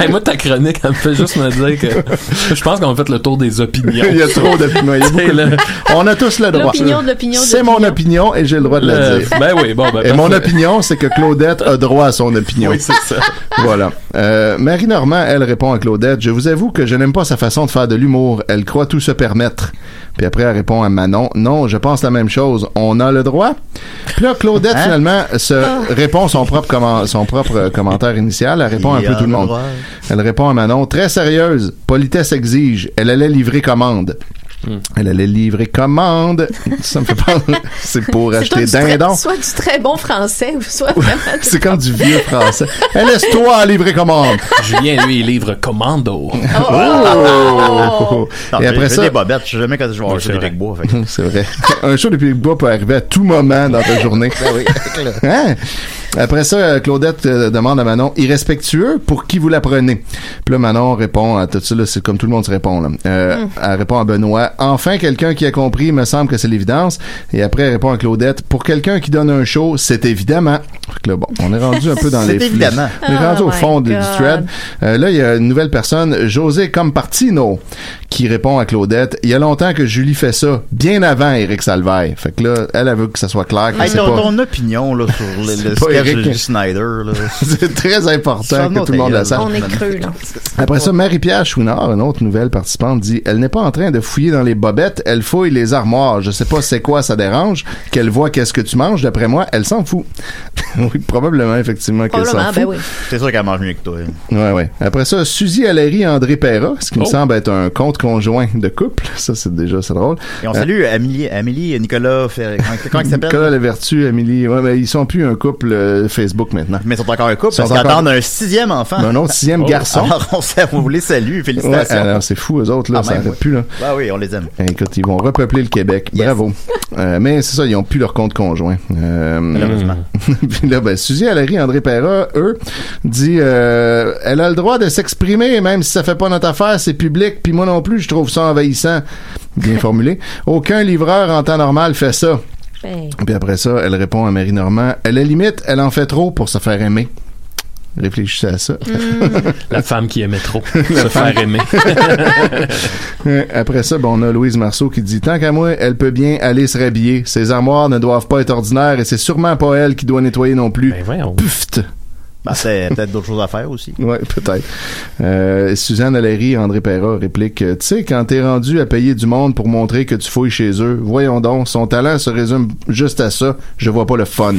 Hey, moi, ta chronique, elle me fait juste me dire que je pense qu'on a fait le tour des opinions. Il y a trop d'opinions. il y a beaucoup C'est de- le- On a tous le droit. L'opinion de l'opinion de C'est mon opinion et j'ai le droit de la le- dire. ben oui, bon, ben, Et mon parfait. opinion, c'est que Claudette a droit à son opinion. Oui, c'est ça. Voilà. Euh, Marie Normand, elle répond à Claudette Je vous avoue que je n'aime pas sa façon de faire de l'humour. Elle croit tout se permettre. Puis après, elle répond à Manon Non, je pense la même chose. On a le droit. Puis là, Claudette, Hein? finalement, se Ah. répond son propre, comment- son propre euh, commentaire initial. Elle répond un Il peu a tout le le monde. droit. Elle répond à Manon Très sérieuse. Politesse exige. Elle allait livrer commande. Elle allait livrer commande. Ça me fait penser. C'est pour C'est toi acheter du très- dindon. Soit du très bon français ou soit vraiment. C'est comme du vieux français. Eh, Laisse-toi livrer commande. Julien, lui, il livre Commando. Oh! Non, Et j'ai- après j'ai ça- des bobettes. Je sais jamais quand je vais acheter des Big Bois. fait que- C'est vrai. Un show de Pied Bois peut arriver à tout moment dans ta journée. Ben Hein? Après ça, euh, Claudette euh, demande à Manon irrespectueux pour qui vous la prenez. Puis là, Manon répond à tout ça, là, c'est comme tout le monde se répond. Là. Euh, Mm. Elle répond à Benoît enfin quelqu'un qui a compris, me semble que c'est l'évidence. Et après, elle répond à Claudette pour quelqu'un qui donne un show, c'est évidemment. Fait que là, bon, on est rendu un peu dans C'est les. évidemment. On est rendu Oh au fond my de- du God. thread. Euh, là, il y a une nouvelle personne, José Compartino, qui répond à Claudette. Il y a longtemps que Julie fait ça, bien avant Eric Salvaille. Fait que là, elle, elle veut que ça soit clair que Hey, c'est ton, pas... ton opinion là, sur le, le pas sketch Eric. de Julie Snyder. Là. C'est très important Sonne que tout le monde ta la gueule. sache. On est creux, là. Après ça, Marie-Pierre Chouinard, une autre nouvelle participante, dit Elle n'est pas en train de fouiller dans les bobettes, elle fouille les armoires. Je sais pas c'est quoi, ça dérange. Qu'elle voit qu'est-ce que tu manges, d'après moi, elle s'en fout. oui, probablement, effectivement, qu'elle s'en Probablement, fout. ben oui. C'est sûr qu'elle mange mieux que toi. Ouais, ouais. Après ça, Suzy Aléry André Perra, ce qui me Oh. semble être un compte conjoint de couple. Ça, c'est déjà c'est drôle. Et on Euh, salue Amélie, Amélie et Nicolas. Ferré- Comment comment il s'appelle Nicolas Lavertu, Amélie. Ouais, ben, ils sont plus un couple euh, Facebook maintenant. Mais ils sont encore un couple Ils sont parce qu'ils encore- attendent un sixième enfant. Un autre sixième garçon. Alors, on, sait- on vous les salue. Ouais, Ah. Félicitations. alors c'est fou, eux autres, là, Ah, ça même, arrête ouais. plus, là. Bah oui, on les aime. Hein, Écoute, ils vont repeupler le Québec. Yes. Bravo. Euh, mais c'est ça, ils ont plus leur compte conjoint. Euh, Malheureusement. Puis là, ben, Suzy Aléry, André Perra, eux, dit euh, Elle a le droit de s'exprimer, même si ça fait pas notre affaire, c'est public, puis moi non plus, je trouve ça envahissant. Bien formulé. Aucun livreur en temps normal fait ça. Ben, Puis après ça, elle répond à Marie Normand À la limite, elle en fait trop pour se faire aimer. Réfléchissez à ça. La femme qui aimait trop se faire aimer. Euh, Après ça, bon, on a Louise Marceau qui dit Tant qu'à moi, elle peut bien aller se rhabiller. Ses armoires ne doivent pas être ordinaires et c'est sûrement pas elle qui doit nettoyer non plus. Ben voyons. Puft! Ben, c'est peut-être d'autres choses à faire aussi. Ouais, peut-être. Euh, Suzanne Aléry, André Perra réplique Tu sais, quand t'es rendu à payer du monde pour montrer que tu fouilles chez eux, voyons donc, son talent se résume juste à ça. Je vois pas le fun.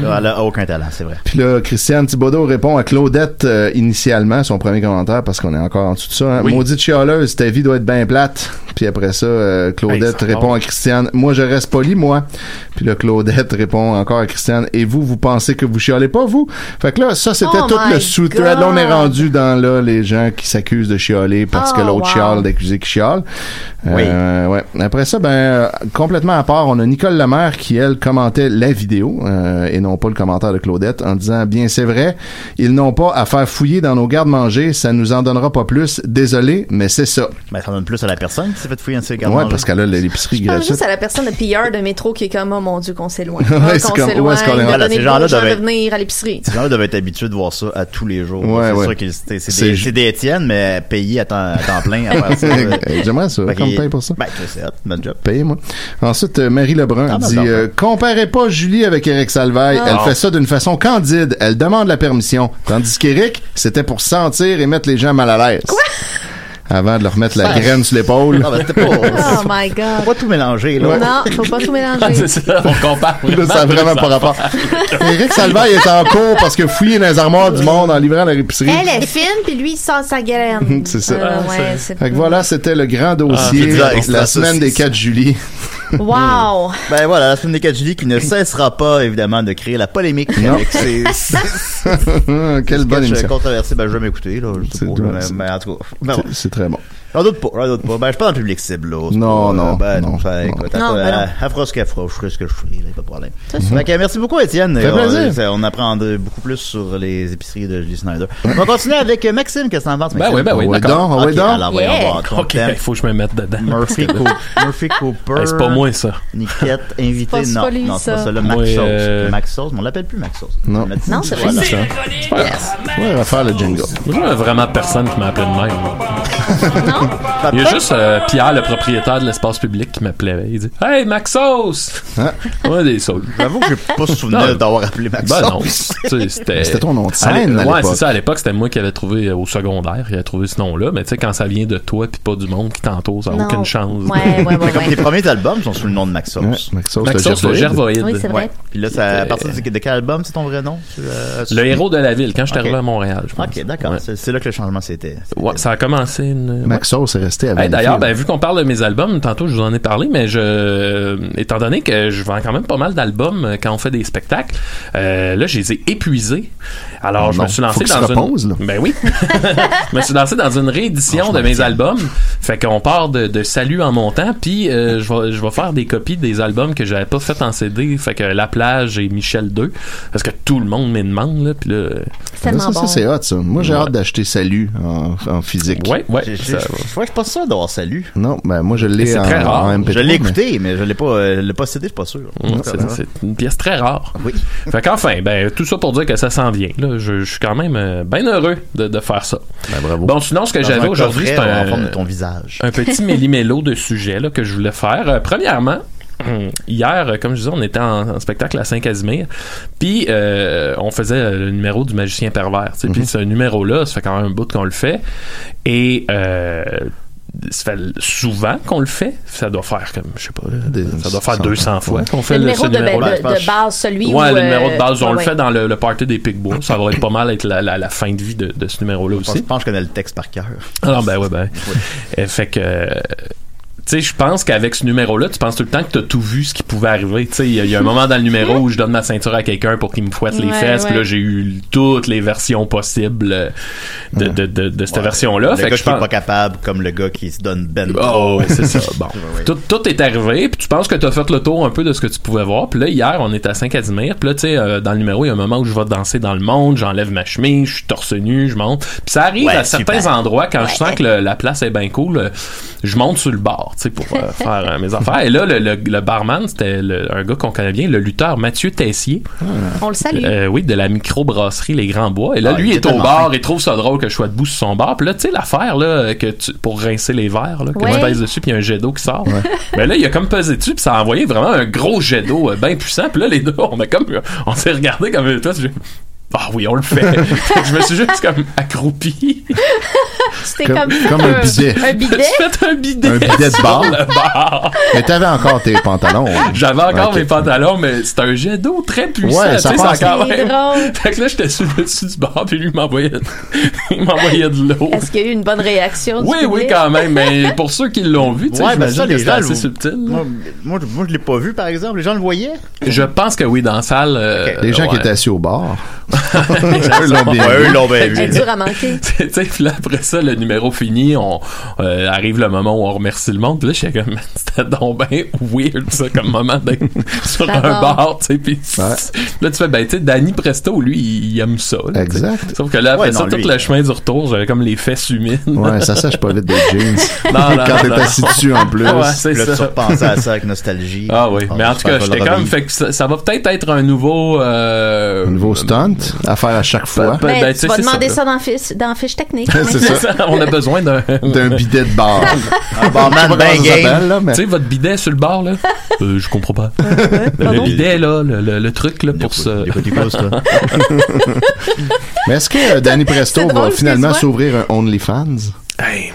Là, Elle a aucun talent, c'est vrai. Puis là, Christiane Thibodeau répond à Claudette euh, initialement, son premier commentaire, parce qu'on est encore en dessous de ça. hein. Oui. Maudite chialeuse, ta vie doit être bien plate. Puis après ça, euh, Claudette Hey, ça répond va. à Christiane, moi je reste poli, moi. Puis là, Claudette répond encore à Christiane, et vous, vous pensez que vous chiolez pas, vous? Fait que là, ça, c'était Oh tout my le sous-thread. Là, on est God. rendu dans là, les gens qui s'accusent de chioler parce que Oh, l'autre wow. chiale d'accusé qui chiale. Euh, ouais. Après ça, ben, euh, complètement à part, on a Nicole Lemaire qui, elle, commentait la vidéo euh, et non pas le commentaire de Claudette en disant Bien, c'est vrai, ils n'ont pas à faire fouiller dans nos gardes-manger, ça nous en donnera pas plus. Désolé, mais c'est ça. Ben, ça donne plus à la personne qui s'est fait fouiller un ses Ouais, parce qu'elle a l'épicerie Je pense gratuite. Ah, juste à la personne de pilleur de métro qui est comme, oh mon Dieu, qu'on s'éloigne. Ouais, Ah, c'est comme- qu'on où est-ce s'éloigne. qu'on est rendu? de Voilà, donner ces le gens-là goût aux gens de doivent être- venir à l'épicerie. Ces gens-là doivent être habitués de voir ça à tous les jours. Ouais, c'est ouais. sûr qu'ils c'est- c'est C'est des, ju- c'est des étiennes, mais payés à temps, à temps plein. à faire ça, là. J'aimerais ça, Fait qu'on me qu'il- paye pour ça. Ben, c'est hot, bonne job. Payez-moi. Ensuite, euh, Marie Lebrun Ah, ben, dit ben, euh, Comparez pas Julie avec Eric Salvaille. Ah. Elle Non. fait ça d'une façon candide. Elle demande la permission. Tandis qu'Eric, c'était pour sentir et mettre les gens mal à l'aise. Avant de leur mettre la Ça- graine sur l'épaule. Ah, ben, c'était pas- Oh my Faut god. pas tout mélanger, là. Non, faut pas tout Ah, mélanger. c'est ça, on compare. Là, ça a vraiment pas rapport. Eric Salvaille est en cours parce que fouiller dans les armoires du monde en livrant la épicerie. Elle est fine, puis lui, il sort sa graine. c'est ça. Euh, Ah, ouais, c'est... Fait que voilà, c'était le grand dossier Ah, c'est la bizarre, ça, semaine c'est- des 4 juillet. Wow! Ben voilà, la semaine des 4 juillet qui ne cessera pas, évidemment, de créer la polémique Non. avec ses, ses Quelle bonne sketchs émission. controversés. Ben, je vais m'écouter, là. Je sais pas, là, c'est- mais, mais en tout cas. Ben, C'est- bon. C'est très bon. J'en doute pas, j'en doute pas. Ben, je suis pas dans le public cible, là. C'est Non, pas, non, euh, Ben, non, non, fait, écoute, non. attends, Non, ben non. elle- elle fera ce qu'elle fera, je ferai ce que je ferai, là, y a pas de problème. C'est sûr. Fait que, euh, merci beaucoup, Étienne. Ça fait Et on- plaisir. ça- On, apprend de- beaucoup plus sur les épiceries de Julie Snyder. On va continuer avec euh, Maxime, qu'est-ce que t'en penses, Ben oui, ben oui, On va d'accord. Ah, donc, on va Ok, donc. alors, voyons voir ton thème. faut que je me mette dedans. Murphy, Coo- Murphy Cooper. Hey, c'est pas moi, ça. Niquette, invité. pas- c'est non, pas lui, non, c'est pas ça. ça. Le Max Moi, Sauce. euh, Max Sauce, mais on l'appelle plus Max Sauce. Non. Non, c'est vrai. Voilà. C'est vrai. Ouais, on va faire le jingle. Moi, j'avais vraiment personne qui m'appelait de même. Il y a juste euh, Pierre, le propriétaire de l'espace public, qui m'appelait. Il dit Hey, Maxos Hein? Ouais, des saules. J'avoue que j'ai pas souvenir d'avoir appelé Maxos. Ben non. Tu sais, C'était C'était ton nom de À l'é- scène, à Ouais, l'époque. c'est ça. À l'époque, c'était moi qui avais trouvé euh, au secondaire. Il avait trouvé ce nom-là. Mais tu sais, quand ça vient de toi puis pas du monde qui t'entoure, ça n'a Non. aucune chance. Ouais, ouais, ouais, Comme ouais. tes premiers albums sont sous le nom de Maxos. Maxos, Maxos, le gervoïde. Oui, c'est vrai. Ouais. Puis là, ça, à partir de, de quel album, c'est ton vrai nom? Tu, euh, tu- Le héros de la ville, quand je suis Ok. arrivé à Montréal, je pense. Ok, d'accord. C'est- C'est là que le changement c'était. Ouais, ça a commencé une. Maxos est resté Hey, avec D'ailleurs, ben, vu qu'on parle de mes albums, tantôt je vous en ai parlé, mais je, euh, étant donné que je vends quand même pas mal d'albums euh, quand on fait des spectacles, euh, là je les ai épuisés. Alors Oh je non, me suis lancé faut qu'il dans se une, repose, là. ben oui, je me suis lancé dans une réédition de mes albums. Fait qu'on part de, de salut en montant, puis euh, je vais je vais faire des copies des albums que j'avais pas fait en CD. Fait que La plage et Michel 2, parce que tout le monde me demande là, puis là. euh, C'est tellement ça, ça, bon. c'est hot, ça. Moi, j'ai Ouais. hâte d'acheter Salut en, en physique. Ouais, ouais. J'ai- j'ai- ça va. Je crois que c'est pas ça d'avoir salut. Non, ben, moi, je l'ai C'est en, très rare. en MP3. Je l'ai mais- écouté, mais je l'ai pas, euh, l'ai pas cédé, je suis pas sûr. Ouais, c'est- C'est une pièce très rare. Oui. Fait qu'enfin, ben, tout ça pour dire que ça s'en vient. Là. Je, je suis quand même euh, bien heureux de, de faire ça. Bon, sinon, ce que Dans j'avais un aujourd'hui, c'est coffret, en forme un, de ton visage. un petit méli-mélo de sujets là, que je voulais faire. Euh, premièrement, hum, hier, euh, comme je disais, on était en, en spectacle à Saint-Casimir, puis euh, on faisait euh, le numéro du magicien pervers. tu sais. Puis ce numéro-là, ça fait quand même un bout qu'on le fait. Et... euh, ça fait souvent qu'on le fait. Ça doit faire comme, je sais pas, là, ça doit faire 200 fois qu'on fait Le le, numéro ce de, numéro-là. de- de base, celui où... Ouais, le euh, numéro de base, on ouais, le ouais. fait dans le, le party des Picbois. Ça va être pas mal être la, la- la fin de vie de, de ce numéro-là Je pense- je aussi. pense que je connais le texte par cœur. Alors, ben ouais, ben. Euh, Fait que. euh, Tu sais, je pense qu'avec ce numéro-là, tu penses tout le temps que t'as tout vu ce qui pouvait arriver. Tu sais, il y, a- il y a un moment dans le numéro où je donne ma ceinture à quelqu'un pour qu'il me fouette les Ouais, fesses. Puis là, ouais. j'ai eu toutes les versions possibles euh, de, de, de, de cette version-là. Le Fait gars que qui je est pense. pas capable, comme le gars qui se donne ben. Oh, ouais, c'est ça. Bon. Ouais, ouais. Tout, tout est arrivé, puis tu penses que t'as fait le tour un peu de ce que tu pouvais voir. Puis là, hier, on était à Saint-Casimir. Puis là, tu sais, euh, dans le numéro, il y a un moment où je vais danser dans le monde, j'enlève ma chemise, je suis torse nu, je monte. Puis ça arrive Ouais, à certains super. endroits, quand je sens que le- la place est bien cool, euh, je monte sur le bar, tu sais, pour euh, faire euh, mes affaires. Et là, le, le- le barman, c'était le- un gars qu'on connaît bien, le lutteur Mathieu Tessier. On le salue. Euh, oui, de la microbrasserie Les Grands Bois. Et là, Ah, lui il est était au tellement bar et trouve ça drôle que je sois debout sur son bar. Puis là, tu sais, l'affaire là, que tu, pour rincer les verres, là, que Ouais. tu pèses dessus puis il y a un jet d'eau qui sort. Mais là, il a comme pesé dessus puis ça a envoyé vraiment un gros jet d'eau euh, bien puissant. Puis là, les deux, on a comme, on s'est regardé comme toi. tu- Ah oui, on le fait. Fait que je me suis juste comme accroupi. C'était Comme- comme, comme un bidet. Un bidet. un bidet. Un bidet de bar. Sur le bar. Mais t'avais encore tes pantalons. J'avais encore Ok. mes pantalons, mais c'est un jet d'eau très puissant. Ouais, ça tu sais, passe. c'est quand C'est même- drôle. Fait que là, j'étais sur le dessus du bar, puis lui il m'envoyait il m'envoyait de l'eau. Est-ce qu'il y a eu une bonne réaction du Oui, oui, public? quand même, mais pour ceux qui l'ont vu, tu sais, Ouais, ben j'imagine ça, que les c'était gens. assez le- subtil. Moi, moi, je- moi, je l'ai pas vu, par exemple. Les gens le voyaient. Je pense que oui, dans la salle. euh, Les gens qui étaient assis au bar. eux l'ont bien Ouais, vu. eux l'ont bien Elle est vu. dure à manquer. tu sais, puis là, après ça, le numéro fini, on euh, arrive le moment où on remercie le monde. Puis là, j'étais comme, Man, c'était donc ben weird, ça, comme moment d'être sur un D'accord. bar, tu sais. Puis là, tu fais, ben, tu sais, Danny Presto, lui, il aime ça. là, tu sais. Exact. Sauf que là, après Ouais, ça, non, tout lui, le chemin du retour, j'avais comme les fesses humides. Ouais, ça sèche pas vite des jeans. Non, non, Quand t'es non, assis non. dessus en plus. Ouais, c'est Puis là, tu ça. repensais à ça avec nostalgie. Ah oui, mais en tout cas, je j'étais comme, fait que ça, ça va peut-être être un nouveau... euh, Un nouveau stunt à faire à chaque fois. Ben, Ben, ben, tu sais, tu vas c'est demander ça, ça, dans, la fiche, dans la fiche technique. hein, C'est C'est ça. ça, on a besoin d'un... D'un bidet de bar. Un barman Pas ben comment ça s'appelle, game. là, mais- Tu sais, votre bidet sur le bord, là? Euh, je comprends pas. Le, le Pardon? bidet, là, le, le- le truc, là, pour se... Il écoute, il écoute, toi. Mais est-ce que euh, Danny Presto C'est va drôle, finalement excuse-moi. s'ouvrir un OnlyFans? Hey,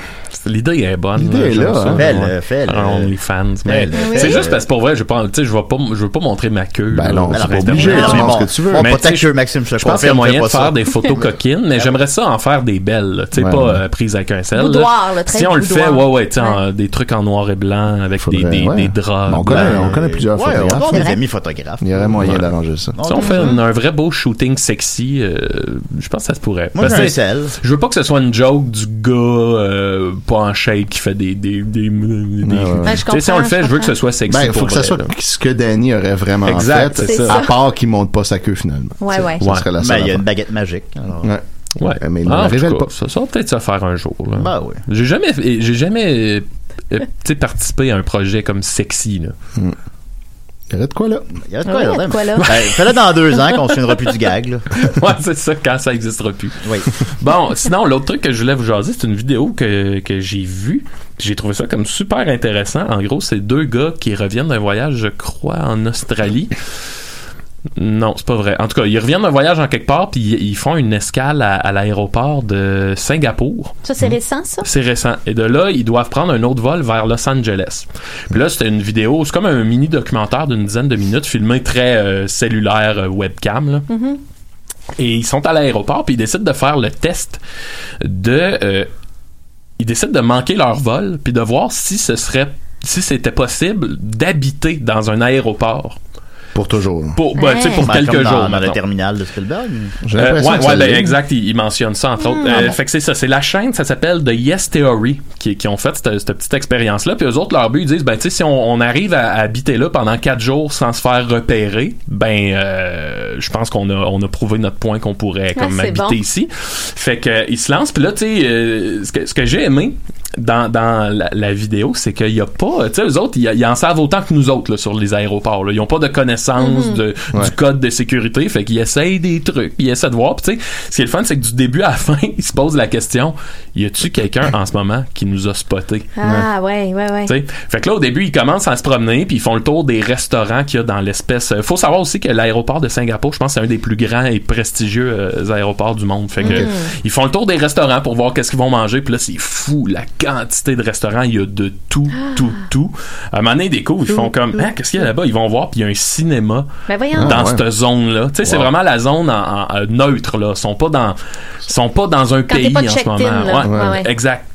l'idée est bonne. L'idée est là, hein. Fais-le, fais-le. fans. Mais Fais-le, c'est fais-le. juste parce que pour vrai, je pense, tu sais, je vais pas, m- je veux pas montrer ma queue. Ben là. non, Je c'est pas reste- obligé, Non, tu mais montres bon, ce que tu veux. On Mais tu protège sais, que Maxime, je te Je pense qu'il y confirme, a fais moyen de pas ça. faire des photos coquines, mais j'aimerais ça en faire des belles, là, tu sais, Ouais, pas ouais. euh, prises avec un sel. là. Boudoir, le trait Si on le fait, boudoir. ouais, ouais, tu sais, en- des trucs en noir et blanc avec des, Faudrait- des, ouais. hein. des draps. Mais on connaît, blancs. on connaît plusieurs Ouais, on photographes. a des Photographe. amis photographes. Il y aurait moyen d'arranger ça. Si on fait un, un vrai beau shooting sexy, euh, je pense que ça se pourrait. Moi, Parce j'ai un que- sel. Je veux pas que ce soit une joke du gars euh, pas en shape qui fait des. des, des, des- des- Ouais, Ben, je Tu sais, si on le comprends, fait, je je veux que ce soit sexy. Ben, il faut pour que ça vrai, soit là. ce que Danny aurait vraiment Exact, fait, c'est ça. à part qu'il monte pas sa queue finalement. Ouais, Ça, ouais. Ah, Ça serait la Mais Ben, seule Ben, il y a une affaire. baguette magique. alors. Ouais. Ouais. Ben, mais il Ah, ne en le Bah. tout révèle cas, pas. Ça, ça va peut-être se faire un jour. Là. Ben oui. J'ai jamais, j'ai jamais euh, euh, tu sais, participé à un projet comme sexy. Là. Il y aurait de quoi là? Il y a de Ouais, quoi, il y a de Oh, quoi, là. là. Ben, Fais-le dans deux ans qu'on se souviendra plus du gag, là. Ouais, c'est ça, quand ça n'existera plus. Oui. Bon, sinon, l'autre truc que je voulais vous jaser, c'est une vidéo que, que j'ai vue. puis J'ai trouvé ça comme super intéressant. En gros, c'est deux gars qui reviennent d'un voyage, je crois, en Australie. Non, c'est pas vrai. En tout cas, ils reviennent d'un voyage en quelque part, puis ils ils font une escale à, à l'aéroport de Singapour. Ça, c'est récent, ça? C'est récent. Et de là, ils doivent prendre un autre vol vers Los Angeles. Puis là, c'était une vidéo, c'est comme un mini documentaire d'une dizaine de minutes, filmé très euh, cellulaire euh, webcam. là. Et ils sont à l'aéroport, puis ils décident de faire le test de. euh, ils décident de manquer leur vol, puis de voir si ce serait. Si c'était possible d'habiter dans un aéroport Pour toujours. pour, ben, tu sais, pour Ben, quelques comme dans- jours. Dans le mettons. terminal de Spielberg. J'ai Euh, l'impression ouais, que ouais, ça ben, l'est. exact, il, il mentionne ça entre Ah. autres. Euh, Fait que c'est ça, c'est la chaîne, ça s'appelle The Yes Theory qui, qui ont fait cette, cette petite expérience là. Puis eux autres leur but ils disent ben tu sais si on, on arrive à, à habiter là pendant quatre jours sans se faire repérer, ben euh, je pense qu'on a on a prouvé notre point qu'on pourrait Ah, comme c'est habiter bon. ici. Fait que euh, ils se lancent puis là tu sais euh, ce que, ce que j'ai aimé dans, dans la, la vidéo, c'est qu'il y a pas, tu sais, eux autres, ils, ils en savent autant que nous autres là, sur les aéroports. Là. Ils ont pas de connaissance de, Ouais. du code de sécurité, fait qu'ils essayent des trucs, ils essaient de voir. Puis tu sais, ce qui est le fun, c'est que du début à la fin, ils se posent la question y a-tu quelqu'un en ce moment qui nous a spoté Ah, ouais, ouais, ouais. tu sais. Fait que là, au début, ils commencent à se promener, puis ils font le tour des restaurants qu'il y a dans l'espèce. Euh, Faut savoir aussi que l'aéroport de Singapour, je pense, c'est un des plus grands et prestigieux euh, aéroports du monde. Fait que euh, ils font le tour des restaurants pour voir qu'est-ce qu'ils vont manger. Puis là, c'est fou la quantité de restaurants. Il y a de tout, Ah. tout, tout. À un moment donné, ils découvrent, ils font comme, Hein, qu'est-ce qu'il y a là-bas Ils vont voir, puis il y a un cinéma Mais Ben, voyons. dans Ah, ouais. cette zone-là. Tu sais, c'est Wow. vraiment la zone en, en- en neutre là. Ils sont pas dans, ils sont pas dans un Quand t'es pays pas en ce checked-in, moment. là. Ouais, ouais. Exact.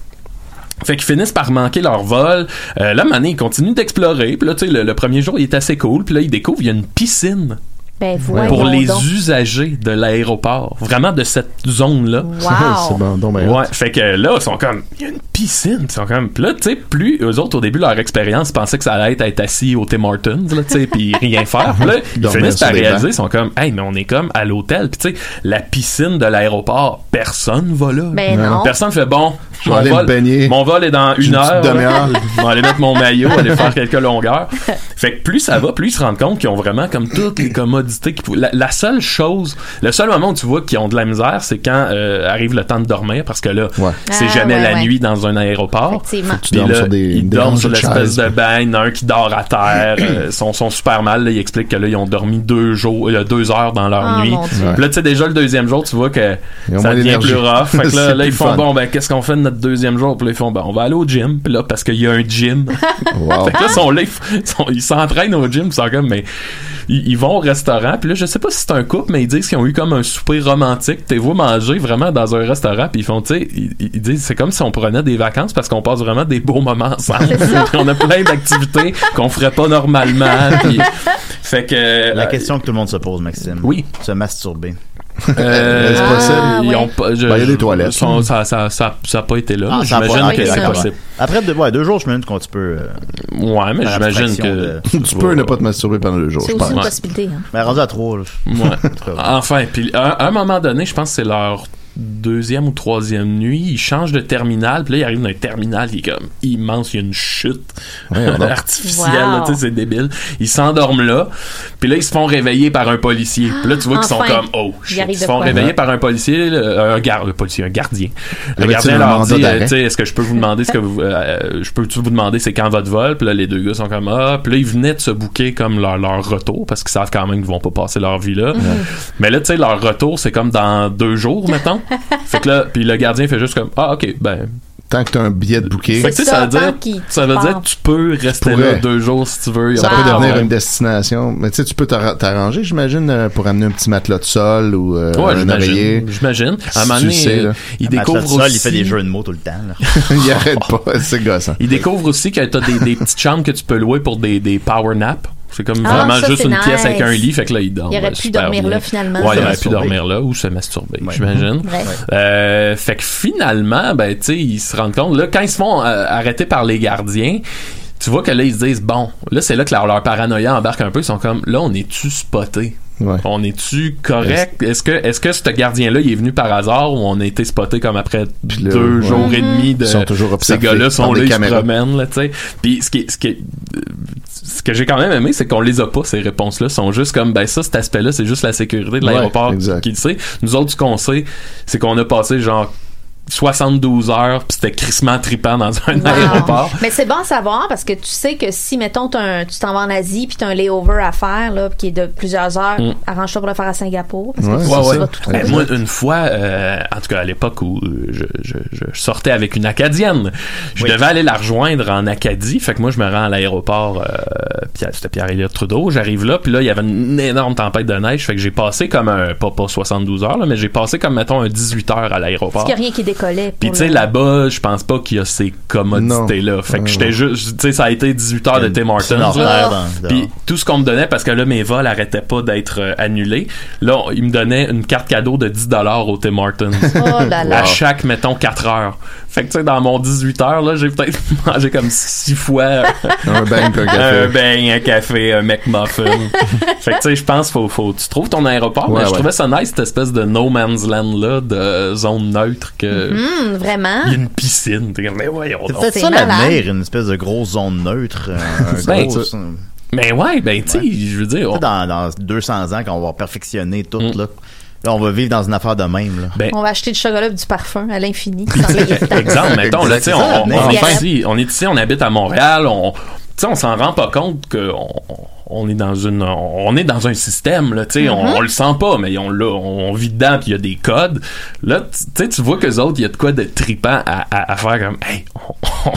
Fait qu'ils finissent par manquer leur vol. Euh, là, Mané, ils continuent d'explorer. Puis là, tu sais, le, le premier jour, il est assez cool. Puis là, ils découvrent qu'il y a une piscine Ben, voyons pour les donc. usagers de l'aéroport. Vraiment de cette zone-là. C'est Wow. bon, donc, ben, Ouais, fait que là, ils sont comme, il y a une piscine. Ils sont comme, Puis là, tu sais, plus eux autres, au début, leur expérience, ils pensaient que ça allait être être assis au Tim Hortons, là, tu sais, puis rien faire. Puis là, ils Dormir finissent sur par des réaliser, bancs. ils sont comme, hey, mais on est comme à l'hôtel. Puis tu sais, la piscine de l'aéroport, personne va là. Ben non. Personne fait bon. Je vais mon aller me vol- baigner. Mon vol est dans J'ai une une petite heure. demi-heure. là. Je vais aller mettre mon maillot, aller faire quelques longueurs. Fait que plus ça va, plus ils se rendent compte qu'ils ont vraiment comme toutes les commodités. qu'ils pou- la, la seule chose, le seul moment où tu vois qu'ils ont de la misère, c'est quand euh, arrive le temps de dormir, parce que là, Ouais. c'est Ah, jamais ouais, la ouais. nuit dans un aéroport. Effectivement. Tu Puis dors là, sur des- ils des dorment rangées sur de l'espèce chaises. de bain, il y en a un qui dort à terre, euh, sont, sont super mal, là, ils expliquent que là, ils ont dormi deux jours, euh, deux heures dans leur Ah, nuit. mon Dieu. Puis là, tu sais, déjà le deuxième jour, tu vois que Ils ont ça moins devient d'énergie. plus rough. Fait que C'est là, là, plus ils fun. font bon, ben qu'est-ce qu'on fait de notre deuxième jour, puis là, ils font, ben, on va aller au gym, puis là, parce qu'il y a un gym. Wow. fait Ah! que là, ils sont là, ils f- ils sont- ils s'entraînent au gym, puis ils sont comme, mais ils, ils vont au restaurant, puis là, je sais pas si c'est un couple, mais ils disent qu'ils ont eu comme un souper romantique. T'es vois manger vraiment dans un restaurant, puis ils font, tu sais, ils, ils disent, c'est comme si on prenait des vacances parce qu'on passe vraiment des beaux moments ensemble. Puis on a plein d'activités qu'on ferait pas normalement. puis- fait que. euh, La question que tout le monde se pose, Maxime. Oui. Ah, Se masturber. Euh, C'est possible. Ils Ah, ont ouais. pas, je- Ben, il y a des toilettes. sont- ça, ça, ça, ça a pas été là. Ah, ça a pas- j'imagine ok, que c'est d'accord. possible. Après deux, ouais, deux jours, je me demande quand tu peux. euh, ouais, mais j'imagine que- Tu peux ne pas te masturber pendant deux jours, C'est je aussi une pense. possibilité. hein. Mais rendu à trois, là. Ouais. enfin, puis à à un moment donné, je pense que c'est leur deuxième ou troisième nuit, ils changent de terminal, puis là, ils arrivent dans un terminal qui est comme immense, il y a une chute Ouais, alors. artificielle, là, tu sais, c'est débile. Ils s'endorment là, puis là, ils se font réveiller par un policier. Puis là, tu vois qu'ils sont Enfin. comme, oh, Il shit. arrive Ils se de font quoi? réveiller par un policier, le- un, gar- le policier, un gardien. Le Avait-il gardien un leur mandat dit, euh, d'arrêt? tu sais, est-ce que je peux vous demander, ce que vous, euh, je peux-tu vous demander c'est quand votre vol? Puis là, les deux gars sont comme, ah, puis là, ils venaient de se bouquer comme leur, leur retour, parce qu'ils savent quand même qu'ils vont pas passer leur vie là. Mais là, tu sais, leur retour, c'est comme dans deux jours, mettons. fait que là, puis le gardien fait juste comme, ah, ok, ben. Tant que t'as un billet de bouquet. Fait que tu sais, C'est ça ça, veut dire, tant qu'il- ça veut tu dire pars. que tu peux rester Tu là pourrais. deux jours si tu veux. y a Ça pas de peut devenir problème. une destination. Mais tu sais, tu peux t'ar- t'arranger, j'imagine, euh, pour amener un petit matelas de sol ou euh, Ouais, un j'imagine, oreiller. J'imagine. À un Si moment tu donné, sais, là. euh, il découvre Matelas de sol, aussi. il fait des jeux de mots tout le temps. là. il arrête pas, c'est gossant. Il découvre aussi que t'as des, des petites chambres que tu peux louer pour des, des power naps. C'est comme Ah, vraiment ça, juste c'est une nice. pièce avec un lit, fait que là, il dort. Il aurait ouais, pu super dormir bien. là, finalement. Ouais, Se il aurait pu masturber. dormir là ou se masturber, j'imagine. Ouais. Euh, fait que finalement, ben, tu sais, ils se rendent compte, là, quand ils se font euh, arrêter par les gardiens, tu vois que là, ils se disent, bon, là, c'est là que leur, leur paranoïa embarque un peu. Ils sont comme, là, on est-tu spoté? On est-tu correct? Est-ce que, est-ce que ce gardien-là, il est venu par hasard ou on a été spoté comme après là, deux ouais. jours et Mhm. demi de. Ils sont toujours Ces observés gars-là sont par là, des ils se caméras. promènent, là, tu sais. Puis ce qui, est- ce qui est- euh, ce que j'ai quand même aimé, c'est qu'on les a pas, ces réponses-là. sont juste comme, ben ça, cet aspect-là, c'est juste la sécurité de Ouais, l'aéroport exact. qui le sait. Nous autres, ce qu'on sait, c'est qu'on a passé genre 72 heures, puis c'était crissement tripant dans un aéroport. Mais c'est bon à savoir parce que tu sais que si, mettons, t'as un- tu t'en vas en Asie puis tu as un layover à faire là, qui est de plusieurs heures, Mm. arrange-toi pour le faire à Singapour. Parce que Ouais, tu sais que tu vas tout trouver. Eh, moi, une fois, euh, en tout cas à l'époque où euh, je, je- je sortais avec une Acadienne, je devais aller la rejoindre en Acadie. Fait que moi, je me rends à l'aéroport, euh, Pierre- c'était Pierre-Éliott Trudeau. J'arrive là, puis là, il y avait une énorme tempête de neige. Fait que j'ai passé comme un, pas, pas 72 heures, là, mais j'ai passé comme, mettons, un 18 heures à Parce l'aéroport. qu'il n'y a rien qui décollait. pour Puis tu sais le- là-bas, je pense pas qu'il y a ces commodités là. Fait que Ouais, j'étais ouais. juste tu sais ça a été 18 heures Ah, de Tim Hortons. petite là. affaire dans- Puis dans- tout ce qu'on me donnait parce que là mes vols arrêtaient pas d'être euh, annulés. Là, on- ils me donnaient une carte cadeau de 10 dollars au Tim Hortons. Oh là là. À chaque mettons 4 heures. Fait que tu sais dans mon 18 heures là, j'ai peut-être mangé comme 6 fois euh, Un bain, puis un café. un bain, un café, un McMuffin. fait que tu sais je pense faut faut tu trouves ton aéroport, Ouais, mais je ouais. trouvais ça nice cette espèce de no man's land là de zone neutre que Mm-hmm. Hum, vraiment? il y a une piscine. T'es comme, mais voyons C'est donc. peut-être ça l'avenir, une espèce de grosse zone neutre. euh, un Ben, gros- tu- Mais ouais, ben tu sais, je veux dire. on- Dans, dans 200 ans, quand on va perfectionner tout, Mm. là, là, on va vivre dans une affaire de même. Là. On va acheter du chocolat et du parfum à l'infini. Exemple, mettons, là, tu sais, on, on- Exactement. on est Enfin. ici, on est ici, on habite à Montréal, on, tu sais, on s'en rend pas compte que on, on est dans une, on est dans un système, là, tu sais, on- Mm-hmm. Mhm. on, le sent pas, mais on l'a, on vit dedans, puis il y a des codes. Là, tu tu sais, tu vois que autres, il y a de quoi de tripant à, à, à faire comme, hey,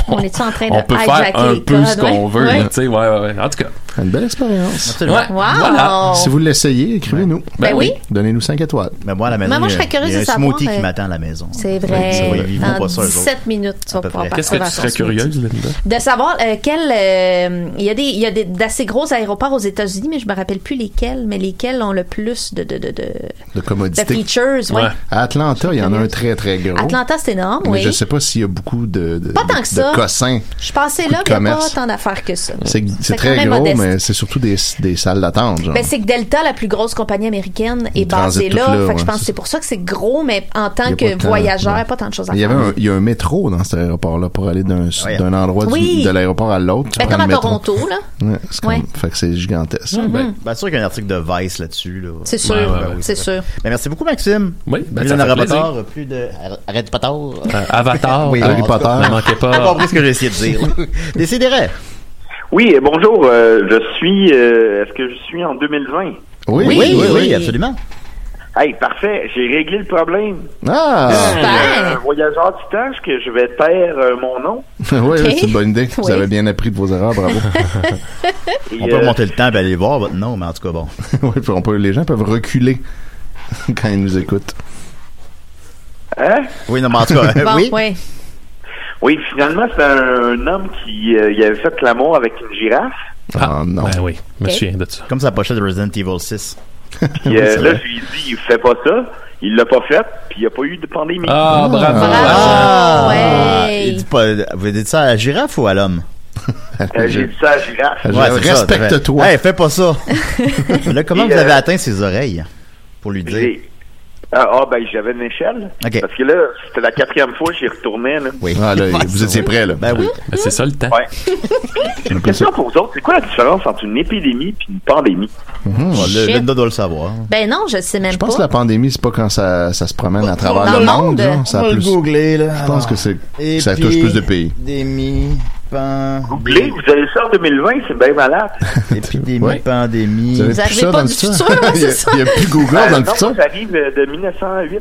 On est-tu en train de on peut faire hijacker un les peu ce codes, qu'on ouais? veut, là, Ouais. tu sais, ouais, ouais, ouais. en tout cas. Une belle expérience. Absolument. Ouais. Wow. Voilà. Si vous l'essayez, écrivez-nous. Ben Ben oui. Donnez-nous 5 étoiles. Mais moi, à la maison, Mais moi, je serais il y a- curieuse il y a de un savoir, smoothie qui euh, m'attend à la maison. C'est Ouais, vrai. ouais, ils font Dans pas ça, eux autres. 17 minutes, tu vas pouvoir partir Qu'est-ce que tu vers ton serais smoothie. curieuse, Linda? De savoir euh, quel. euh, Il y a des, il y a des- d'assez gros aéroports aux États-Unis, mais je me rappelle plus lesquels, mais lesquels ont le plus de. de, de, de- De commodité. De features, ouais. Ouais. À Atlanta, il y en a un très, très gros. Atlanta, c'est énorme, Oh. Mais oui. je sais pas s'il y a beaucoup de, de, Pas tant de- que de ça. cossins. Je, pensais Beaucoup là de qu'il n'y a pas commerce. tant d'affaires que ça. C'est, c'est quand très même gros, modeste. mais c'est surtout des, des salles d'attente. Genre. Ben, c'est que Delta, la plus grosse compagnie américaine, est basée transite là. tout là, fait que je ouais, pense que c'est pour ça que c'est gros, mais en Il y tant a que pas tant- voyageur, ouais. pas tant de choses à Mais il y faire. avait un, il y a un métro dans cet aéroport-là pour aller d'un, Ah, Ouais. d'un endroit du- Oui. de l'aéroport à l'autre. Tu Ben, prends comme le à métro. Toronto, là. Ouais, c'est comme- Ouais. Fait que c'est gigantesque. Mm-hmm. Mhm. Ben, ben, sûr qu'il y a un article de Vice là-dessus. là. C'est sûr, Ouais, ouais, ouais, c'est sûr. Ben, merci beaucoup, Maxime. Oui, ben, Plus ça d'un fait arabatard, plaisir. plus de. ar- Arrête pas tard. Ah, Euh, Avatar, Oui, Harry en tout cas, Potter, ne manquez pas. T'as compris ce que j'ai essayé de dire. là. Décidérez. Oui, euh, bonjour. euh, je suis. euh, Est-ce que je suis en 2020? Oui, oui, oui, absolument. Hey, parfait, j'ai réglé le problème. Ah! Euh, Ben, un voyageur du temps, est-ce que je vais taire euh, mon nom? oui, oui, Ok. c'est une bonne idée. Vous Oui. avez bien appris de vos erreurs, bravo. On peut euh, remonter le temps et aller voir votre nom, mais en tout cas, bon. oui, puis on peut, les gens peuvent reculer quand ils nous écoutent. Hein? Oui, non, mais en tout cas, euh, Bon, ouais. Oui, finalement, c'est un, un homme qui euh, il avait fait l'amour avec une girafe. Ah, non. Ben oui, je me Ok. souviens de ça. Comme sa pochette de Resident Evil 6. Puis euh, là, je lui ai dit, fais pas ça. Il l'a pas fait, puis il n'y a pas eu de pandémie. Ah, bravo. Ah, ouais. il dit pas- euh, vous dites ça à la girafe ou à l'homme? Ah, Euh, j'ai dit ça à la girafe. Ouais, Ouais, c'est ça, t'as fait- respecte-toi. Hey, fais pas ça. là, comment Et, vous avez euh, atteint ses oreilles pour lui dire? J'ai- Ah, ah, ben, j'avais une échelle. Ok. Parce que là, c'était la quatrième fois que j'y retournais. Là. Oui. Ah, là, vous étiez prêts, là. Ben oui. c'est ça le temps. Ouais. Puis, une question pour vous autres. C'est quoi la différence entre une épidémie et une pandémie? Bon, le- Oh, Shit. doit le savoir. Ben non, je le sais même Je pense que pas. la pandémie, c'est pas quand ça, ça se promène à travers Dans le le monde. monde. genre, ça a On va le plus... googler, là. Je pense Alors, que c'est que ça touche épi- plus de pays. Épidémie, pan- Ben, Oubliez, vous avez ça en 2020, c'est bien malade. épidémie, pandémie. Vous avez Vous plus arrivez ça pas dans le du futur. futur, ouais, Il y a- c'est ça. il y a plus Google Euh, Ah, dans le non, futur. moi, J'arrive euh, de 1908.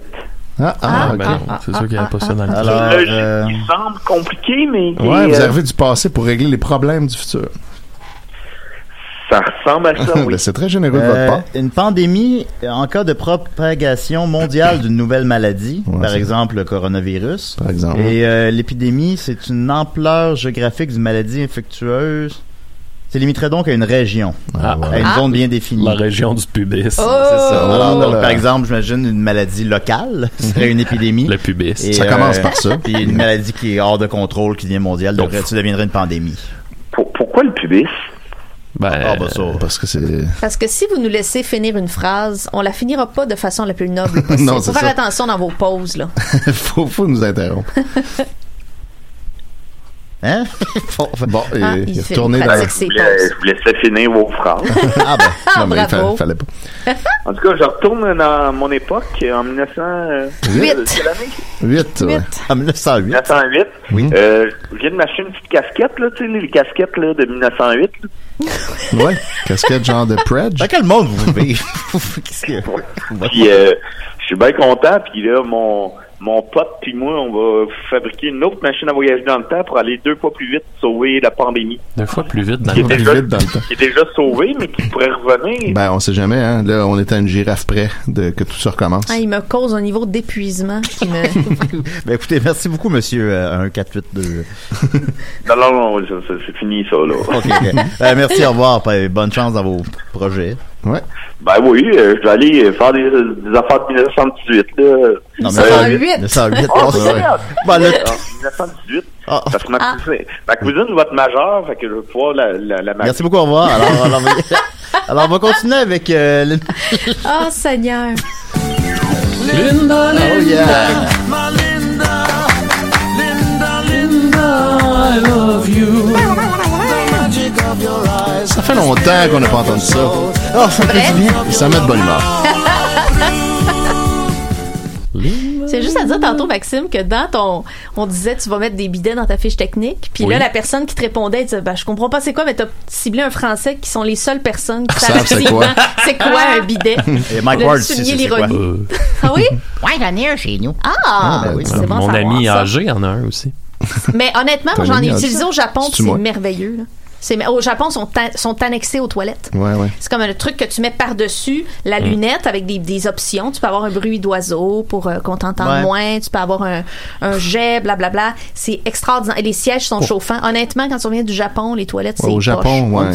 Ah, Ah, ah, ben ok. non, c'est sûr qu'il n'y avait pas ça ah. dans le temps. Alors, Logique, euh, Il semble compliqué, mais mais, Ouais, vous euh, arrivez du passé pour régler les problèmes du futur. ça ressemble à ça, Ah oui. Ben, c'est très généreux de votre Euh, part. Une pandémie euh, en cas de propagation mondiale d'une nouvelle maladie, par c'est- exemple le coronavirus. Par exemple. Et euh, l'épidémie, c'est une ampleur géographique d'une maladie infectieuse. C'est limiterait donc à une région, à une Ah. zone bien définie. La région du pubis. C'est ça. Oh. Alors, donc, Là. Ah. par exemple, j'imagine une maladie locale serait une épidémie. Le pubis. Ça commence par ça. euh, Puis une maladie qui est hors de contrôle, qui devient mondiale, donc ça deviendrait une pandémie. pourquoi le pubis? Ben, ah, ben ça. Parce que c'est. Parce que si vous nous laissez finir une phrase, on la finira pas de façon la plus noble possible. Non, Faut c'est faire ça. attention dans vos pauses, là. faut, faut nous interrompre. Hein? bon, et Ah, il il est fait retourné une dans pratique, la- c'est- Je vous laisse- Euh, je vous laissais finir vos phrases. ah ben, Non, mais il fallait, fallait pas. En tout cas, je retourne dans mon époque, euh, en 1908. Huit. Quelle année? 8, ouais. En 1908. 1908. Oui. Euh, je viens de m'acheter une petite casquette, là, tu sais, les casquettes là, de 1908. là. Ouais. Casquette genre de Predge. Dans quel monde vous vivez? Qu'est-ce que. Ben, Puis, euh, je suis bien content. Puis là, mon, mon pote puis moi, on va fabriquer une autre machine à voyager dans le temps pour aller deux fois plus vite sauver la pandémie. Deux fois plus vite dans Qui le est temps. déjà, dans le temps. qui est déjà sauvée, mais qui pourrait revenir. Ben, on sait jamais, hein. Là, on était à une girafe près de que tout ça recommence. Ah, il me cause un niveau d'épuisement qui me... Ben écoutez, merci beaucoup, monsieur euh, 1482. Non, non, non, ça- ça- c'est fini ça, là. Ok, ok. Euh, merci, au revoir. puis Bonne chance dans vos projets. Ouais. Ben oui, euh, je vais aller euh, faire des, des affaires de 1978, là. Non, mais Euh, 1908. 1908, Oh, Ah, on sait. merde. Ben, le- En 1918. Parce que ma, Ah. cousine, ma cousine va être majeure, fait que je vais pouvoir la, la, la marier. Merci beaucoup, au revoir. Alors, alors, alors, on va continuer avec euh, le- Oh, Seigneur! Linda, Oh, yeah. Ça fait longtemps qu'on n'a pas entendu ça. Oh, ça fait du bien. Ça met de bonne humeur. C'est juste à dire tantôt, Maxime, que dans ton. On disait, tu vas mettre des bidets dans ta fiche technique. Puis là, Oui. la personne qui te répondait, elle disait, ben, je comprends pas c'est quoi, mais t'as ciblé un Français qui sont les seules personnes qui Qui savent savent c'est effectivement quoi. c'est quoi un bidet. Et Mike Le Ward, souligner si c'est c'est quoi? l'ironie. Euh, Ah oui? Ouais, j'en ai un chez nous. Ah! c'est bon à Mon savoir, ami ça. âgé en a un aussi. Mais honnêtement, moi, T'as j'en mis ai un utilisé ça? au Japon, C'est-tu puis c'est moi? merveilleux. là. C'est- Au Japon, sont, an- sont annexés aux toilettes. Ouais, ouais. C'est comme un truc que tu mets par-dessus la Mm. lunette avec des, des options. Tu peux avoir un bruit d'oiseau pour euh, qu'on t'entende Ouais. moins. Tu peux avoir un, un jet, blablabla. C'est extraordinaire. Et les sièges sont Oh. chauffants. Honnêtement, quand tu reviens du Japon, les toilettes, c'est poche. Ils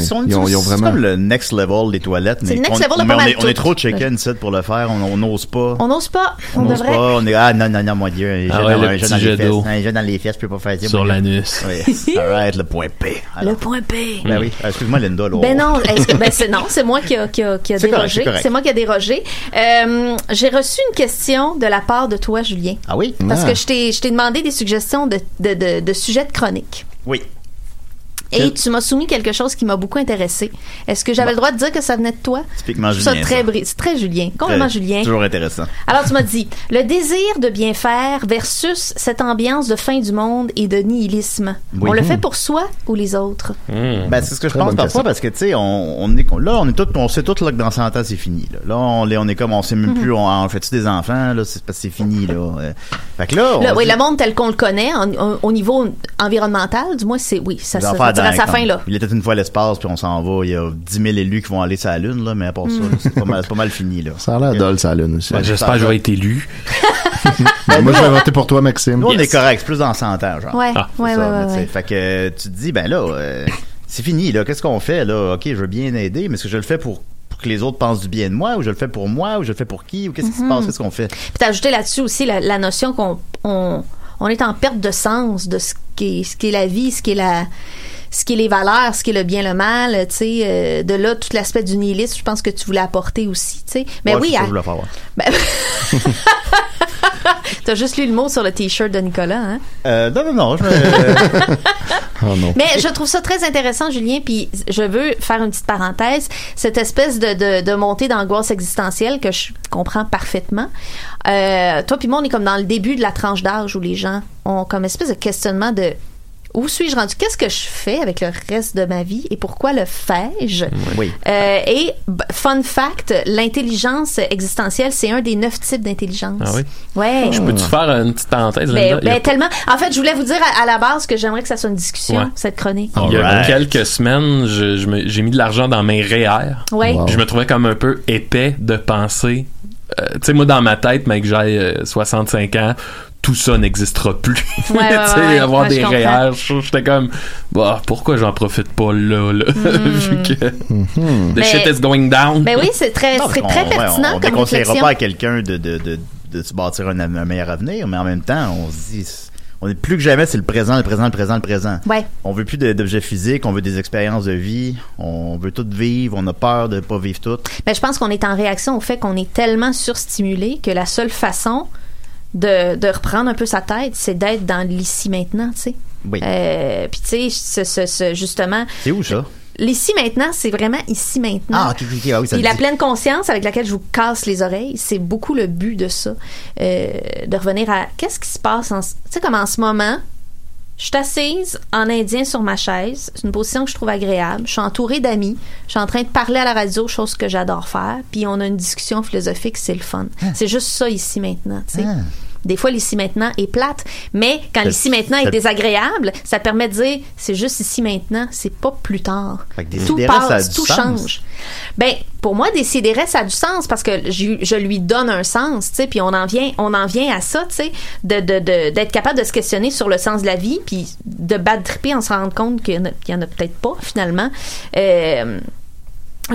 sont- C'est comme le next level des toilettes. C'est mais le next on- level de mais pas on mal est, on est tout. trop chicken, ça, pour le faire. On on n'ose pas. On n'ose pas. On, n'ose devrait. pas. On est, ah, non, non, non, mon Dieu. Un Ah jeu ouais, dans- le un jeu petit dans les jet fesses. d'eau. Un jeu dans les fesses, je peux pas faire dire. Sur l'anus. Oui. Arrête, le point P. Le point P. Ben oui. Euh, Excuse-moi, Linda. là. Ben non, est-ce que- ben c'est non, c'est moi qui a, qui a- qui a C'est correct, dérogé. c'est correct. C'est moi qui a dérogé. Euh, J'ai reçu une question de la part de toi, Julien. Ah oui? Parce Ah. que je t'ai je t'ai demandé des suggestions de, de, de, de sujets de chronique. Oui. et tu m'as soumis quelque chose qui m'a beaucoup intéressé. Est-ce que j'avais le droit de dire que ça venait de toi? Typiquement Je trouve Julien, Ça très ça. bri- C'est très Julien. Complètement Très- Julien. Euh, Toujours intéressant. Alors, tu m'as dit, le désir de bien faire versus cette ambiance de fin du monde et de nihilisme. Oui. On le Mhm. fait pour soi ou les autres? Ben, c'est ce que je Très pense bonne question. parfois parce que, tu sais, on, on est, con- là, on est tous, on sait tous, là, que dans 100 ans, c'est fini, là. Là, on, est- on est comme, on sait même Mhm. plus, on, on fait-tu des enfants, là, c'est parce que c'est fini, là. Euh, Fait que là, on Le- oui, se dit- le monde tel qu'on le connaît, en- en- au niveau environnemental, du moins, c'est oui, ça les se affaires retire à dans- sa comme- fin, là. hein. Il était une fois à l'espace, puis on s'en va. Il y a 10 000 élus qui vont aller sur la Lune, là, mais à part ça, Mm. là, c'est pas mal, c'est pas mal fini. Là. Ça a l'air dole, ça, la lune Ben, aussi. Ben, Ouais, j'espère que je vais être élu. moi, je vais voter pour toi, Maxime. Nous, on est correct, c'est plus dans 100 ans, genre. Ouais, Ah. C'est ouais, ouais, mais ouais, tu sais, ouais. Fait que euh, tu te dis, ben là, euh, c'est fini, là. Qu'est-ce qu'on fait, là? OK, je veux bien aider, mais est-ce que je le fais pour, pour que les autres pensent du bien de moi, ou je le fais pour moi, ou je le fais pour qui, ou qu'est-ce qui se Mhm. passe, qu'est-ce qu'on fait? Puis t'as ajouté là-dessus aussi la, la notion qu'on on, on est en perte de sens de ce qu'est ce qu'est la vie, ce qu'est la ce qui est les valeurs, ce qui est le bien, le mal, tu sais, euh, de là tout l'aspect du nihilisme, je pense que tu voulais apporter aussi, tu sais. Mais Ouais, oui, hein. c'est ça que à- je voulais faire, ouais. t'as juste lu le mot sur le t-shirt de Nicolas, hein. Euh, non, non, non. Je me- Ah, Mais je trouve ça très intéressant, Julien, puis je veux faire une petite parenthèse. Cette espèce de, de, de montée d'angoisse existentielle que je comprends parfaitement. Euh, toi puis moi, on est comme dans le début de la tranche d'âge où les gens ont comme espèce de questionnement de où suis-je rendu? Qu'est-ce que je fais avec le reste de ma vie et pourquoi le fais-je? Mm. Oui. Euh, et b- fun fact, l'intelligence existentielle, c'est un des neuf types d'intelligence. Ah oui? Ouais. Je peux-tu faire une petite parenthèse, Ben, Linda? Il y a ben, tellement. En fait, je voulais vous dire à, à la base que j'aimerais que ça soit une discussion, Ouais. cette chronique. Il y a Alright. quelques semaines, je- je me- j'ai mis de l'argent dans mes REER. Ouais. Wow. Je me trouvais comme un peu épais de penser. euh, tu sais, moi, dans ma tête, mais que j'aille euh, 65 ans, tout ça n'existera plus. Ouais, ouais, Tu sais, ouais, ouais. avoir Ouais, je des comprends. REER, je- j'étais comme, bah, pourquoi j'en profite pas là, là, vu que the Mm-hmm. Mais- shit is going down. Ben oui, c'est très, Non, c'est parce très qu'on- ouais, pertinent on comme déconseillera réflexion. pas à quelqu'un de, de, de, de se bâtir un, un meilleur avenir, mais en même temps, on se dit, on est plus que jamais, c'est le présent, le présent, le présent, le présent. Ouais. On veut plus de- d'objets physiques, on veut des expériences de vie, on veut tout vivre, on a peur de pas vivre tout. Mais Ben, je pense qu'on est en réaction au fait qu'on est tellement surstimulé que la seule façon de, de reprendre un peu sa tête, c'est d'être dans l'ici maintenant, tu sais. Oui. Euh, Puis tu sais, ce- ce- ce- justement, C'est où ça? l'ici maintenant, c'est vraiment ici maintenant. Ah, ok, ok, ok, ah oui, ça Puis le la dit. pleine conscience avec laquelle je vous casse les oreilles, c'est beaucoup le but de ça. Euh, de revenir à qu'est-ce qui se passe en ce- Tu sais, comme en ce moment, je suis assise en indien sur ma chaise. C'est une position que je trouve agréable. Je suis entourée d'amis. Je suis en train de parler à la radio, chose que j'adore faire. Puis on a une discussion philosophique, c'est le fun. Ah. C'est juste ça ici maintenant, tu sais. Des fois, l'ici maintenant est plate, mais quand C'est- l'ici maintenant est c'est- désagréable, ça te permet de dire c'est juste ici maintenant, c'est pas plus tard. Fait que tout décidérer, ça a passe, du tout sens. change. Ben, pour moi, décider ça a du sens parce que je, je lui donne un sens, tu sais, puis on en vient, on en vient à ça, tu sais, de, de- de- d'être capable de se questionner sur le sens de la vie, puis de bad tripper, on se rend compte qu'il y en a, qu'il y en a peut-être pas finalement. Euh,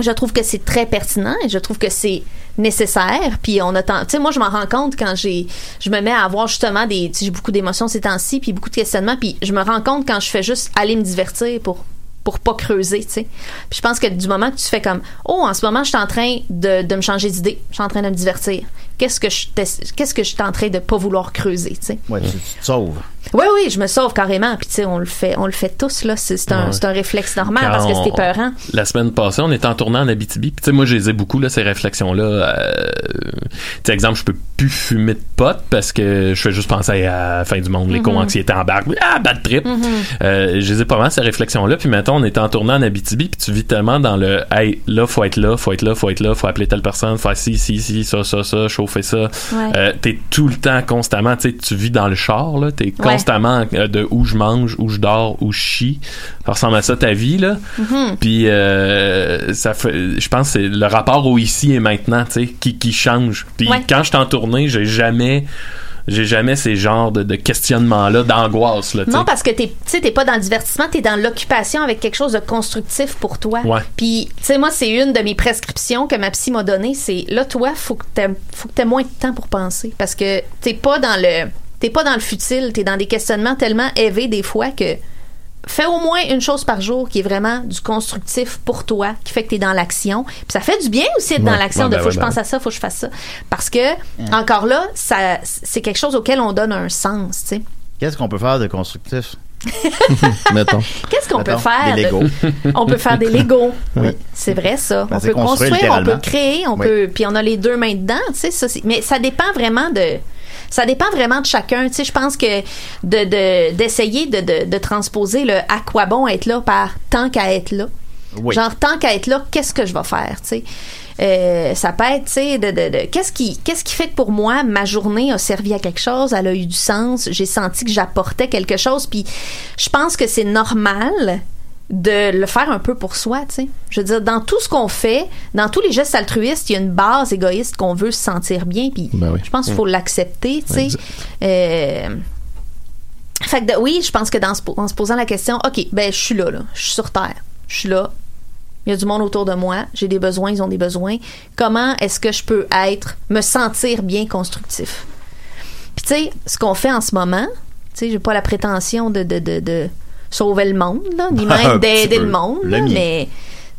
je trouve que c'est très pertinent et je trouve que c'est nécessaire. Puis on attend. Tu sais, moi, je m'en rends compte quand j'ai, je me mets à avoir justement des, tu sais, j'ai beaucoup d'émotions ces temps-ci, puis beaucoup de questionnements, puis je me rends compte quand je fais juste aller me divertir pour pour pas creuser, tu sais. Puis je pense que du moment que tu fais comme, oh, en ce moment, je suis en train de, de me changer d'idée, je suis en train de me divertir. Qu'est-ce que je, t'ess- qu'est-ce que je suis en train de pas vouloir creuser, tu sais. Ouais, tu, tu te sauves. Oui, oui, je me sauve carrément. Puis tu sais, on le fait, on le fait tous là. C'est, c'est un, Ouais. c'est un réflexe normal Quand parce que on- c'était peurant. La semaine passée, on était en tournant en Abitibi. Puis, tu sais, moi, je les ai beaucoup, là, ces réflexions-là. Euh, tu sais, exemple, je peux plus fumer de potes parce que je fais juste penser à la fin du monde, les Mhm. co-anxiétés en barque. Ah, bad trip. Mhm. Euh, je les ai pas mal, ces réflexions-là. Puis, maintenant, on était en tournant en Abitibi. Puis, tu vis tellement dans le Hey, là, faut être là, faut être là, faut être là, faut appeler telle personne, faire ci, ci, ci, ça, ça, ça, chauffer ça. Ouais. Euh, t'es tout le temps, constamment, tu sais, tu vis dans le char, là. T'es Ouais. constamment euh, de où je mange, où je dors, où je chie. Ça ressemble à ça ta vie, là. Mm-hmm. Mhm. Puis euh, ça fait, je pense, que c'est le rapport au ici et maintenant, tu sais, qui, qui change. Puis Ouais. quand je t'en tournais, j'ai jamais, j'ai jamais ces genres de, de questionnements-là, d'angoisse, là, tu sais. Non, parce que t'es, tu sais, t'es pas dans le divertissement, t'es dans l'occupation avec quelque chose de constructif pour toi. Ouais. Puis, tu sais, moi, c'est une de mes prescriptions que ma psy m'a donnée, c'est là, toi, faut que t'aies, faut que t'aies moins de temps pour penser, parce que t'es pas dans le, t'es pas dans le futile, t'es dans des questionnements tellement élevés des fois que fais au moins une chose par jour qui est vraiment du constructif pour toi, qui fait que t'es dans l'action. Puis ça fait du bien aussi d'être Ouais. dans l'action, Ouais, de ben faut que ouais, je ben pense ouais. à ça, faut que je fasse ça, parce que encore là, ça, c'est quelque chose auquel on donne un sens, tu sais. Qu'est-ce qu'on peut faire de constructif? Mettons. Qu'est-ce qu'on peut Mettons, faire? des de- Legos. on peut faire des Legos. Oui. C'est vrai, ça. Ben, on c'est peut construit construire, on peut littéralement. créer, on Oui. peut. Puis on a les deux mains dedans, tu sais. ça, c'est- mais ça dépend vraiment de. Ça dépend vraiment de chacun. Tu sais, je pense que de- de- d'essayer de, de, de transposer le à quoi bon être là par tant qu'à être là. Oui. Genre, tant qu'à être là, qu'est-ce que je vais faire, tu sais? Euh, ça peut être, tu sais, de, de- de- qu'est-ce qui, qu'est-ce qui fait que pour moi, ma journée a servi à quelque chose, elle a eu du sens, j'ai senti que j'apportais quelque chose, puis je pense que c'est normal de le faire un peu pour soi, tu sais. Je veux dire, dans tout ce qu'on fait, dans tous les gestes altruistes, il y a une base égoïste qu'on veut se sentir bien, puis Ben oui. je pense qu'il faut Mm. l'accepter, tu sais. Exact. Euh, fait que de- oui, je pense que dans, se po- en se posant la question, OK, ben je suis là, là, je suis sur Terre, je suis là, il y a du monde autour de moi, j'ai des besoins, ils ont des besoins. Comment est-ce que je peux être, me sentir bien constructif? Puis tu sais, ce qu'on fait en ce moment, tu sais, j'ai pas la prétention de, de, de, de sauver le monde, là, ni Un même petit d'aider peu. le monde, Le là, mien. mais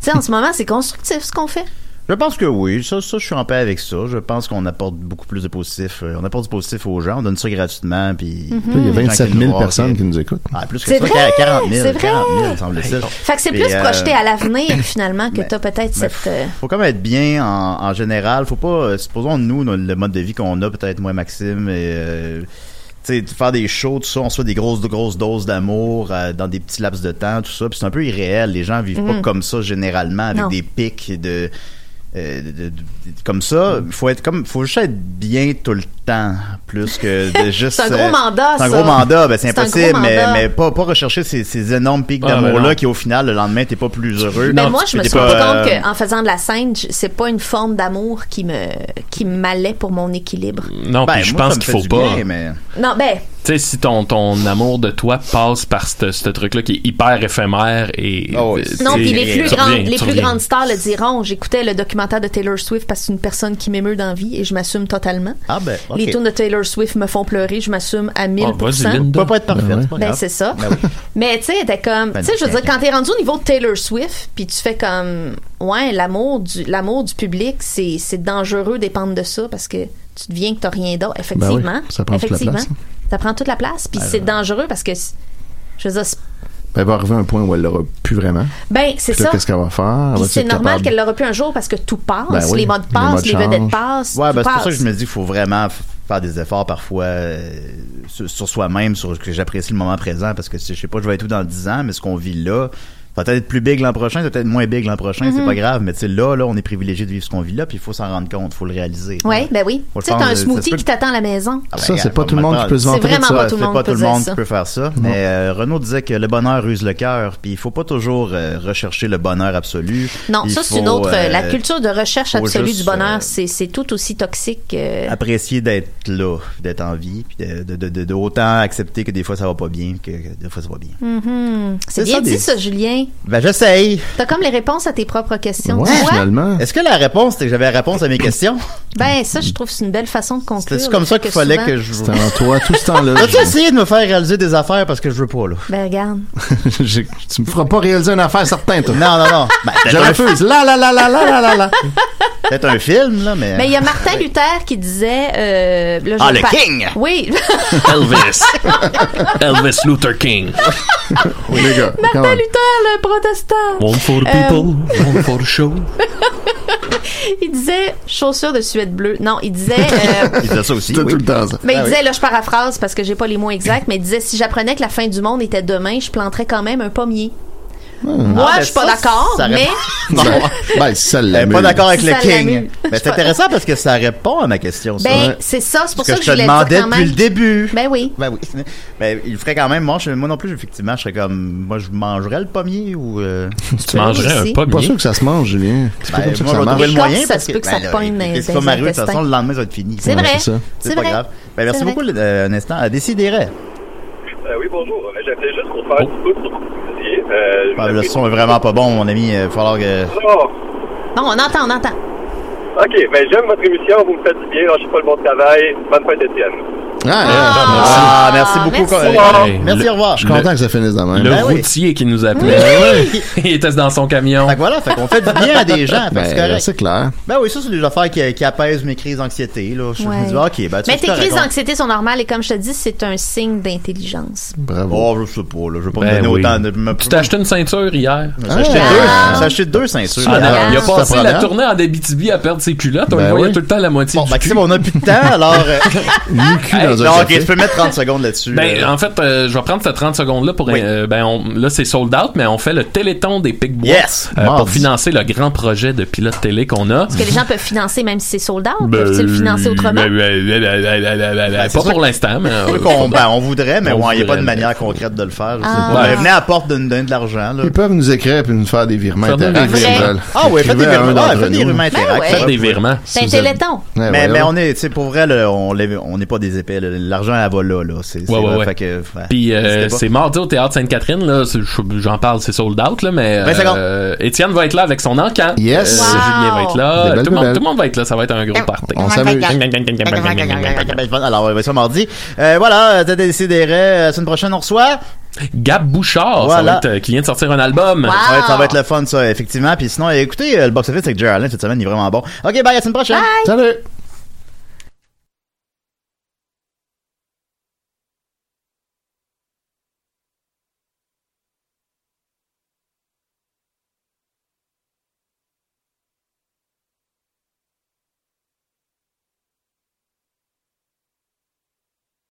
tu sais, en ce moment, c'est constructif ce qu'on fait. Je pense que oui, ça, ça, je suis en paix avec ça. Je pense qu'on apporte beaucoup plus de positif. euh, on apporte du positif aux gens, on donne ça gratuitement. Puis Mmh. Mhm. Il y a les gens qui 27 viennent 000 nous voir, personnes puis- qui nous écoutent. Ah, plus que C'est ça, vrai, 40 000. c'est vrai. 40 000, semble-t-il. Fait que c'est Puis, plus euh, projeté à l'avenir finalement que t'as peut-être ben, cette. euh, faut comme être bien en, en général. Faut pas, euh, supposons nous, no- le mode de vie qu'on a, peut-être moi, Maxime, et, euh, tu sais, faire des shows, tout ça, on se fait des grosses, grosses doses d'amour euh, dans des petits laps de temps, tout ça. Puis c'est un peu irréel. Les gens vivent Mm-hmm. Mhm. pas comme ça généralement, avec Non. des pics de, euh, de- de- de- comme ça. Mm-hmm. Faut être comme, faut juste être bien tout le temps, plus que de juste. C'est un gros euh, mandat, C'est un ça. gros mandat, ben, c'est C'est un gros impossible, mais, mandat. mais pas, pas rechercher ces, ces énormes pics Ah, ben d'amour non. là qui au final le lendemain t'es pas plus heureux. Ben, moi, je me T'es suis rendu pas, compte euh, qu'en faisant de la scène, j- c'est pas une forme d'amour qui me qui m'allait pour mon équilibre. Non, Ben, puis je moi, ça pense me qu'il fait faut du pas. bien, mais- Non, ben, Tu sais, si ton, ton amour de toi passe par ce ce truc-là qui est hyper éphémère et. Oh, euh, non, tu puis sais, les plus tu grandes, reviens, les tu plus reviens. Ah, grandes stars le diront. J'écoutais le documentaire de Taylor Swift parce que c'est une personne qui m'émeut dans la vie et je m'assume totalement. Ah ben, ok. Les tunes de Taylor Swift me font pleurer, je m'assume Ah, à 1000%. Peut pas être parfaite. pas Ben, grave. c'est ça. Ben oui. Mais tu sais, elle était comme. Ben, tu sais, je veux tiens, dire, quand t'es rendu au niveau de Taylor Swift, puis tu fais comme. Ouais, l'amour du, l'amour du public, c'est, c'est dangereux dépendre de ça parce que tu deviens que t'as rien d'autre. Effectivement. Ben oui, ça prend toute la effectivement. place. Ça prend toute la place, puis Ben, c'est dangereux parce que. Je veux dire, c'est- Ben, elle va arriver à un point où elle l'aura plus vraiment. ben, c'est Puis là, ça. Qu'est-ce qu'elle va Ah, faire? Elle Puis va c'est être normal capable- qu'elle l'aura plus un jour parce que tout passe, Ben oui, les modes les passent, modes les, changent. vedettes passent. Ouais, tout ben, c'est pour passe. ça que je me dis qu'il faut vraiment f- faire des efforts parfois euh, sur, sur soi-même, sur que j'apprécie le moment présent, parce que si- je sais pas, je vais être où dans 10 ans, mais ce qu'on vit là, ça va peut-être être plus big l'an prochain, ça va peut-être moins big l'an prochain, c'est Mhm. pas grave, mais tu sais, là, là, on est privilégié de vivre ce qu'on vit là, puis il faut s'en rendre compte, il faut le réaliser. Ouais, ben oui. Tu Moi, je sais, t'as pense un que euh, ça se smoothie peut- qui t'attend à la maison. Ah ben, Ça, c'est regarde, pas tout le monde qui peut se vanter C'est vraiment de ça. pas tout le C'est monde pas qui tout le peut monde dire qui peut faire ça. Mais euh, Renaud disait que le bonheur use le cœur, puis il faut pas toujours euh, rechercher le bonheur absolu. Non, Il ça, c'est faut, une autre. euh, la culture de recherche faut absolue juste, euh, Ah, du bonheur, c'est c'est tout aussi toxique. euh, que- apprécier d'être là, d'être en vie, puis de, de, de, de- de autant accepter que des fois ça va pas bien, que que des fois ça va bien. Mhm. C'est C'est bien ça, dit, des- ça, Julien. Ben j'essaye. T'as comme les réponses à tes propres questions. tu vois? finalement. Est-ce que la réponse, c'est que j'avais la réponse à mes questions? Ben, ça, je trouve que c'est une belle façon de conclure. C'est comme ça parce qu'il fallait que souvent- je... C'était en toi tout ce temps-là. As-tu essayé de me faire réaliser des affaires parce que je veux pas, là? Ben, regarde. J'ai- tu me feras pas réaliser une affaire certaine, toi. Non, non, non. Je refuse. La, la, la, la, la, la, la, la. Peut-être un film, là, mais... Mais Ben, il y a Martin Luther qui disait. euh, là, je Ah, vais le pas- king! Oui. Elvis. Elvis Luther King. Oui, les gars. Martin Luther, le protestant. One for the Euh, people, one for the show. il disait chaussures de suède bleue. Non, il disait. euh, Il faisait ça aussi, C'était Ben oui. tout le temps ça. Mais il disait, là, je paraphrase parce que j'ai pas les mots exacts, mais il disait si j'apprenais que la fin du monde était demain, je planterais quand même un pommier. Moi, Ah, ben je suis pas ça, d'accord, ça mais. Non. ben, si ça Elle est l'amuse. Euh, pas d'accord avec Si le ça l'amuse. King. Je Mais suis c'est pas- intéressant parce que ça répond à ma question, ça. Ben, c'est ça, c'est pour Ce ça que que, je te voulais dire demandais quand depuis même. le début. Ben oui. Ben oui. Ben, il le ferait quand même. Moi, je- moi non plus, effectivement, je serais comme. Moi, je mangerais le pommier ou. euh, Tu Pas sûr que ça se mange, Julien. C'est pas Ben, comme ça que moi, je ça vais trouver marche. le L'écorce, moyen ça parce se que, peut que ça ben, là, pomme dans les- qu'est-ce qui dans va les m'arriver? De toute intestins. façon, le lendemain, ça va être fini. C'est vrai. C'est ça. C'est C'est pas vrai. grave. Ben, merci C'est beaucoup, euh, un instant. À décider. Euh, oui, bonjour. Euh, J'appelais juste pour faire du pouce sur mon dossier. Euh, Ah, le son est vraiment pas bon, mon ami. Il va falloir que. non. Non, on entend, on entend. OK, ben j'aime votre émission, vous me faites du bien, je suis pas le bon travail. Bonne fête, Étienne. Ah, merci beaucoup. Hey, Merci, le- au revoir. Je suis content que ça finisse demain. Le Ben oui. Ben routier qui nous appelait. Il était dans son camion. Fait que voilà, fait qu'on fait du bien à des gens. fait que c'est correct. c'est clair. Ben oui, ça, c'est des affaires qui, qui apaisent mes crises d'anxiété. Là. Je Ouais. me dis, OK, ben, tu Mais tes sais, je te crises raconte. d'anxiété sont normales et comme je te dis, c'est un signe d'intelligence. Bravo. Oh, je sais pas, là. Je vais pas Ben me donner oui. autant de. me- Tu t'es acheté une ceinture hier. J'ai Ah. acheté Ah. deux- j'ai acheté deux ceintures. Ah, madame. non, il a C'est passé ta la première? tournée en Abitibi à perdre ses culottes. On Ben le voyait oui. tout le temps la moitié du Maxime, cul. on a plus de temps, alors. euh, Ah. Hey, non, non, ok, tu peux mettre 30 secondes là-dessus. Ben, euh. en fait, euh, je vais prendre cette 30 secondes-là pour. euh, ben, on- là, c'est sold out, mais on fait le téléthon des Pic Bois Yes! euh, pour Mardi. financer le grand projet de pilote télé qu'on a. Parce que les gens peuvent financer même si c'est sold out. Ben, Peuvent-ils le financer autrement? ben, ben, ben, ben, ben, ben, ben, ben, c'est Pas sûr pour l'instant, mais. Oui, euh, qu'on- ben, on voudrait, mais On ouais, il n'y a pas voudrait, de mais- manière concrète de le faire. Je sais Ah. pas. Ouais. Ben, venez à la porte de nous donner de l'argent. Là. Ils peuvent nous écrire puis nous faire des virements Faire des interacts. virements. s'ils veulent. Ah oui, faites des Écrivez à un virements. Ah, d'entre faites des nous. virements Ben interacts. ouais. Faites des virements. Ben C'est un Si vous avez- téléthon. Ouais, Mais, voyons. mais on est, tu sais, pour vrai, là, on l'est- on n'est pas des épais. là. L'argent, elle va là. là. C'est c'est Ouais, ouais, vrai, ouais. fait que, ouais, Puis euh, n'hésitez pas. c'est mardi au théâtre Sainte-Catherine là, c'est- je- j'en parle, c'est sold out là, mais 20 secondes. euh, Étienne va être là avec son encan. Yes. Euh, Wow. Julien va être là, Des belles tout le monde, nouvelles. tout le monde va être là, ça va être un gros party. On s'amuse. Alors, on va ça mardi. Euh, voilà, t'as décidé, euh, la semaine prochaine, on reçoit. euh, Gab Bouchard, ça Voilà. va être, euh, qui vient de sortir un album. Wow. Ça va, être, ça va être le euh, fun, ça, effectivement. Puis sinon, écoutez, euh, le box-office avec Geraldine cette semaine, il est vraiment bon. OK, bye, à la semaine prochaine. Salut!